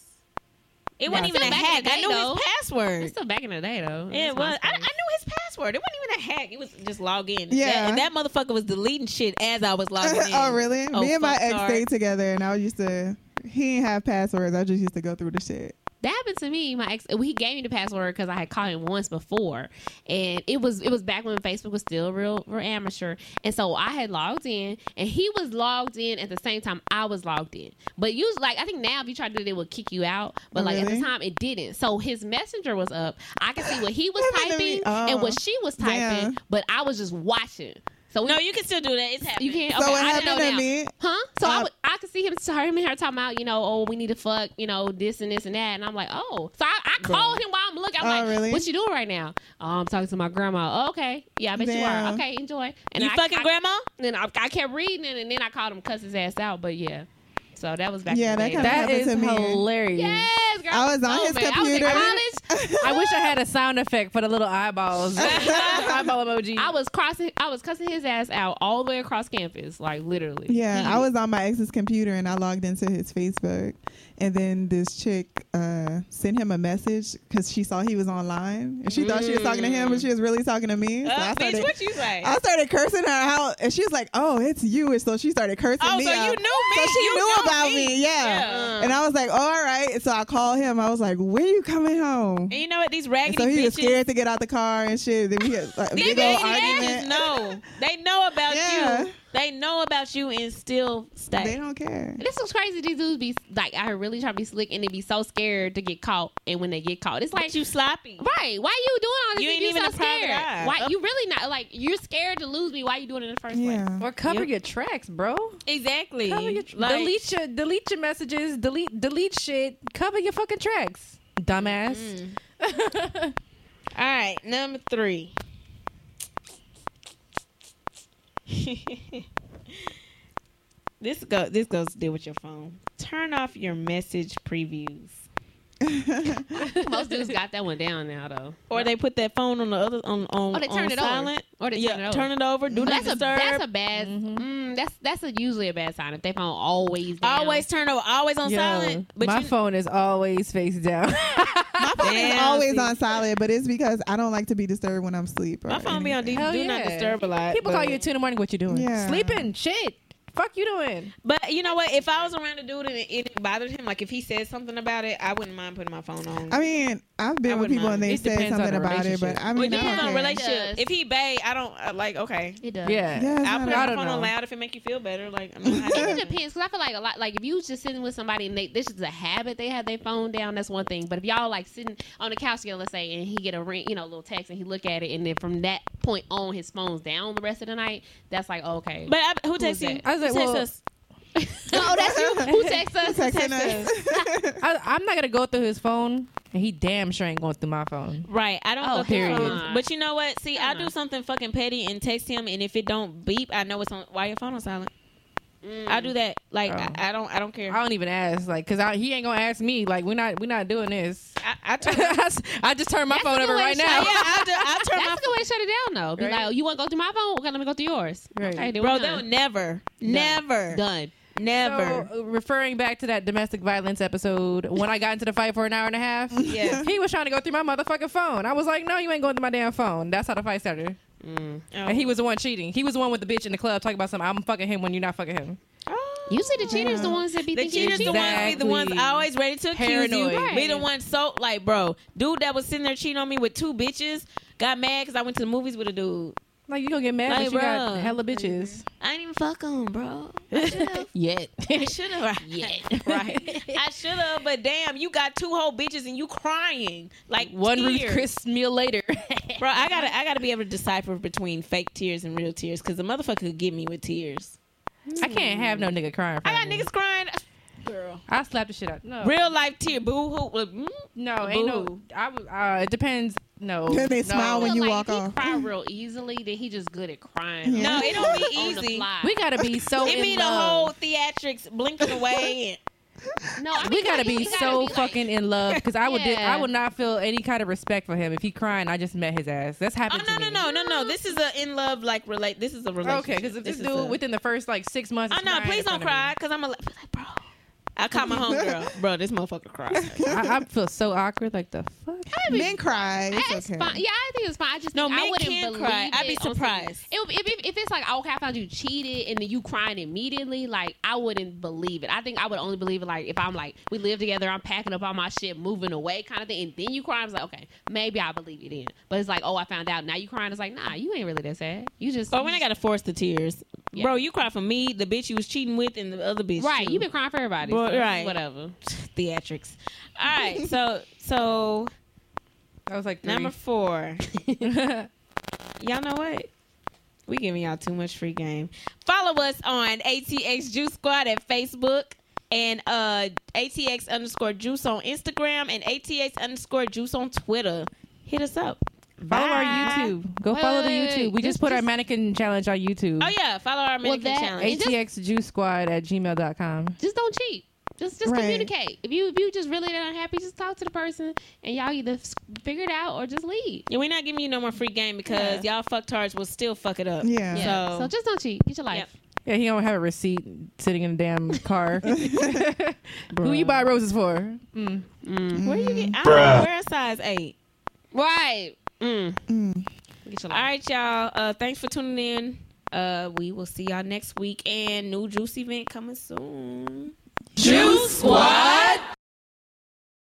It wasn't That's even a still back in hack. the I day, knew though. his It's password. still back in the day though. Yeah, it That's was. I, I MySpace. knew his password. It wasn't even a hack. It was just log in. Yeah. That- and that motherfucker was deleting shit as I was logging in. oh really? Oh, Me and my fuck, ex sorry. stayed together, and I used to. He didn't have passwords. I just used to go through the shit. That happened to me. My ex, he gave me the password because I had called him once before, and it was it was back when Facebook was still real, real amateur. And so I had logged in, and he was logged in at the same time I was logged in. But you like I think now if you try to do it, it would kick you out. But like at Really? the time it didn't. So his messenger was up. I could see what he was Happened to me. typing and what Oh. she was typing, Damn. but I was just watching. So we, No, you can still do that. It's happening. you can't. so okay, it I didn't happened know to now. me. Huh? So I Uh, would, I could see him, him and her talking about, you know, oh, we need to fuck, you know, this and this and that. And I'm like, oh. So I, I called him while I'm looking. I'm Oh, like, really? what you doing right now? Oh, I'm talking to my grandma. "Oh, okay. Yeah, I bet you are. Damn. Okay, enjoy. And You I, fucking I, grandma? Then I, I kept reading it, and then I called him cuss his ass out. But yeah. So that was back Yeah, in the that day. kinda- That happened is to me. hilarious. Yes, girl. I was on Oh, his man, computer. I was in college. I wish I had a sound effect for the little eyeballs. Eyeball emoji. I was crossing. I was cussing his ass out all the way across campus, like literally. Mm-hmm. Yeah, He- I was on my ex's computer and I logged into his Facebook, and then this chick uh, sent him a message because she saw he was online and she thought she was talking to him, but she was really talking to me. So I Mm. Uh, bitch, started, what you say? I started cursing her out, and she was like, "Oh, it's you!" And so she started cursing oh, me. so you knew out. me. So she You knew know about me, yeah. And I was like, "Oh, "All right." And so I called him. I was like, "When you coming home?" And you know what? These And raggedy so he was bitches. scared to get out the car and shit. Then we had like, a These big old raggedy bitches argument. know. They know about Yeah. you. They know about you and still stay. They don't care. This is crazy. These dudes be like, I really try to be slick, and they be so scared to get caught. And when they get caught, it's like But you sloppy. Right? Why you doing all this? You if ain't you even so a private scared. eye. Why you really not like you're scared to lose me? Why you doing it in the first place? Yeah. Or cover your tracks, bro. Exactly. Cover your Like, delete your delete your messages. Delete delete shit. Cover your fucking tracks, dumbass. All right, number three. this go this goes to deal with your phone. Turn off your message previews. Most dudes got that one down now though. Or they put that phone on the other on on, Oh, they on turn it over. silent. Or they yeah, turn it over. over. Do not that's a disturb. Mm-hmm. that's a bad. Mm, that's that's a, usually a bad sign if they phone always down. always turn over. Always on Yo, silent. But my you, phone is always face down. My phone is Damn, always see. on silent, but it's because I don't like to be disturbed when I'm asleep. or my phone be on do, anything. do Hell not yeah. disturb a lot. People call but- you at two in the morning. What you doing? Yeah. Sleeping. Shit. Fuck you doing? But you know what? If I was around a dude and it, it bothered him, like if he said something about it, I wouldn't mind putting my phone on. I mean, I've I been with wouldn't people and they mind. It said depends on something the about it, but I Well, mean, it I depends don't on care. relationship. Just- If he bae, I don't uh, like. Okay, It does. Yeah. Yeah, it's I'll not put I my don't phone on know. loud if it make you feel better. Like I mean, I It don't know. depends, cause I feel like a lot. Like if you just sitting with somebody and they, this is a habit, they have their phone down. That's one thing. But if y'all like sitting on the couch together, let's say, and he get a ring, you know, a little text, and he look at it, and then from that point on, his phone's down the rest of the night. That's like okay. But I, who texts Who's you? that? I was like, Who texts well- us? oh, that's you. Who texts us? Texting us. I, I'm not gonna go through his phone, and he damn sure ain't going through my phone. right. I don't. Oh, go through period. phones. But you know what? See, I do Uh-huh. something fucking petty and text him, and if it don't beep, I know it's on. Why your phone on silent? Mm. I do that. Like I, Oh. I don't. I don't care. I don't even ask, like, cause I, he ain't gonna ask me. Like, we're not we're not doing this. I, I turn. yeah, I just turned my That's phone a good over way to right show now. it. I, do, I turn my That's a good way to shut it down, though. Be Right. like, oh, you want to go through my phone? Okay, let me go through yours. Right. Okay, then bro. we're They'll done. never, never, Done. never. So, uh, referring back to that domestic violence episode, when I got into the fight for an hour and a half, Yeah. he was trying to go through my motherfucking phone. I was like, no, you ain't going through my damn phone. That's how the fight started. Oh. And he was the one cheating. He was the one with the bitch in the club talking about something. I'm fucking him when you're not fucking him. Usually the cheaters the ones that be The thinking cheaters, the ones, be the ones Exactly. always ready to accuse you. Paranoid. Be the one so like, bro, dude that was sitting there cheating on me with two bitches got mad because I went to the movies with a dude. Like, you gonna get mad, Like, but you got bruh. hella bitches. I didn't even fuck him, bro. Yet. I should have. Yeah. right. I should have, but damn, you got two whole bitches and you crying like one tears. Ruth Chris meal later. Bro, I gotta, I gotta be able to decipher between fake tears and real tears because the motherfucker could get me with tears. I can't have no nigga crying. I got me. niggas crying, girl. I slapped the shit out. No, Real life tear, boo hoo. uh, mm. no, ain't no. Boo. I was. Uh, it depends. No, Then they no. smile when Well, you like, walk if he off. cry real easily, then he just good at crying. Yeah. No, it don't be On the easy. fly. We gotta be so. It Oh, in be the whole love. theatrics blinking away. no, I mean, we gotta like, be we gotta so be like- fucking in love because I would. Yeah. I would not feel any kind of respect for him if he crying. I just met his ass. That's oh happened. no to no me. no no no! This is a in love like relate. This is a relationship. Okay, because if this, is dude a- within the first like six months. Oh is no! crying Please in don't front of me, cry, cause I'm a like, bro. I call my homegirl, bro. This motherfucker cried. I, I feel so awkward. Like the fuck. Men cry. I- It's it's okay. fine. Yeah, I think it's fine. I just No, I men wouldn't can believe cry. I'd be it on some- surprised. It would- if, if, if it's like oh, okay, I found you cheated and then you crying immediately, like I wouldn't believe it. I think I would only believe it like if I'm like we live together, I'm packing up all my shit, moving away, kind of thing, and then you cry. I was like, okay, maybe I believe it then. But it's like oh, I found out. Now you crying. It's like nah, you ain't really that sad. You just But when I gotta force the tears, Yeah. bro. You cry for me, the bitch you was cheating with, and the other bitch. right. too. You've been crying for everybody. Well, so right. Whatever. theatrics. All right, so so I was like three. number four. y'all know what? We giving y'all too much free game. Follow us on ATX Juice Squad at Facebook and uh ATX underscore juice on Instagram and ATX underscore juice on Twitter. Hit us up. follow our Bye. YouTube. Go Wait, follow wait, wait, the YouTube. wait. We Just- just put our just- mannequin challenge on YouTube. Oh yeah, Oh, follow our American that- challenge. and just- ATX Juice Squad at gmail.com. Just don't cheat. Just just Right. communicate. If you if you just really that unhappy, just talk to the person and y'all either s- figure it out or just leave. Yeah, we're not giving you no more free game because y'all fucktards will still fuck it up. Yeah. Yeah. So, So- just don't cheat. Get your life. Yeah, he don't have a receipt sitting in a damn car. Who you buy roses for? Where you get? I don't wear a size eight. Right. Mm. Mm-hmm. Get your All right, y'all. Uh, thanks for tuning in. Uh, we will see y'all next week and new juice event coming soon. Juice Squad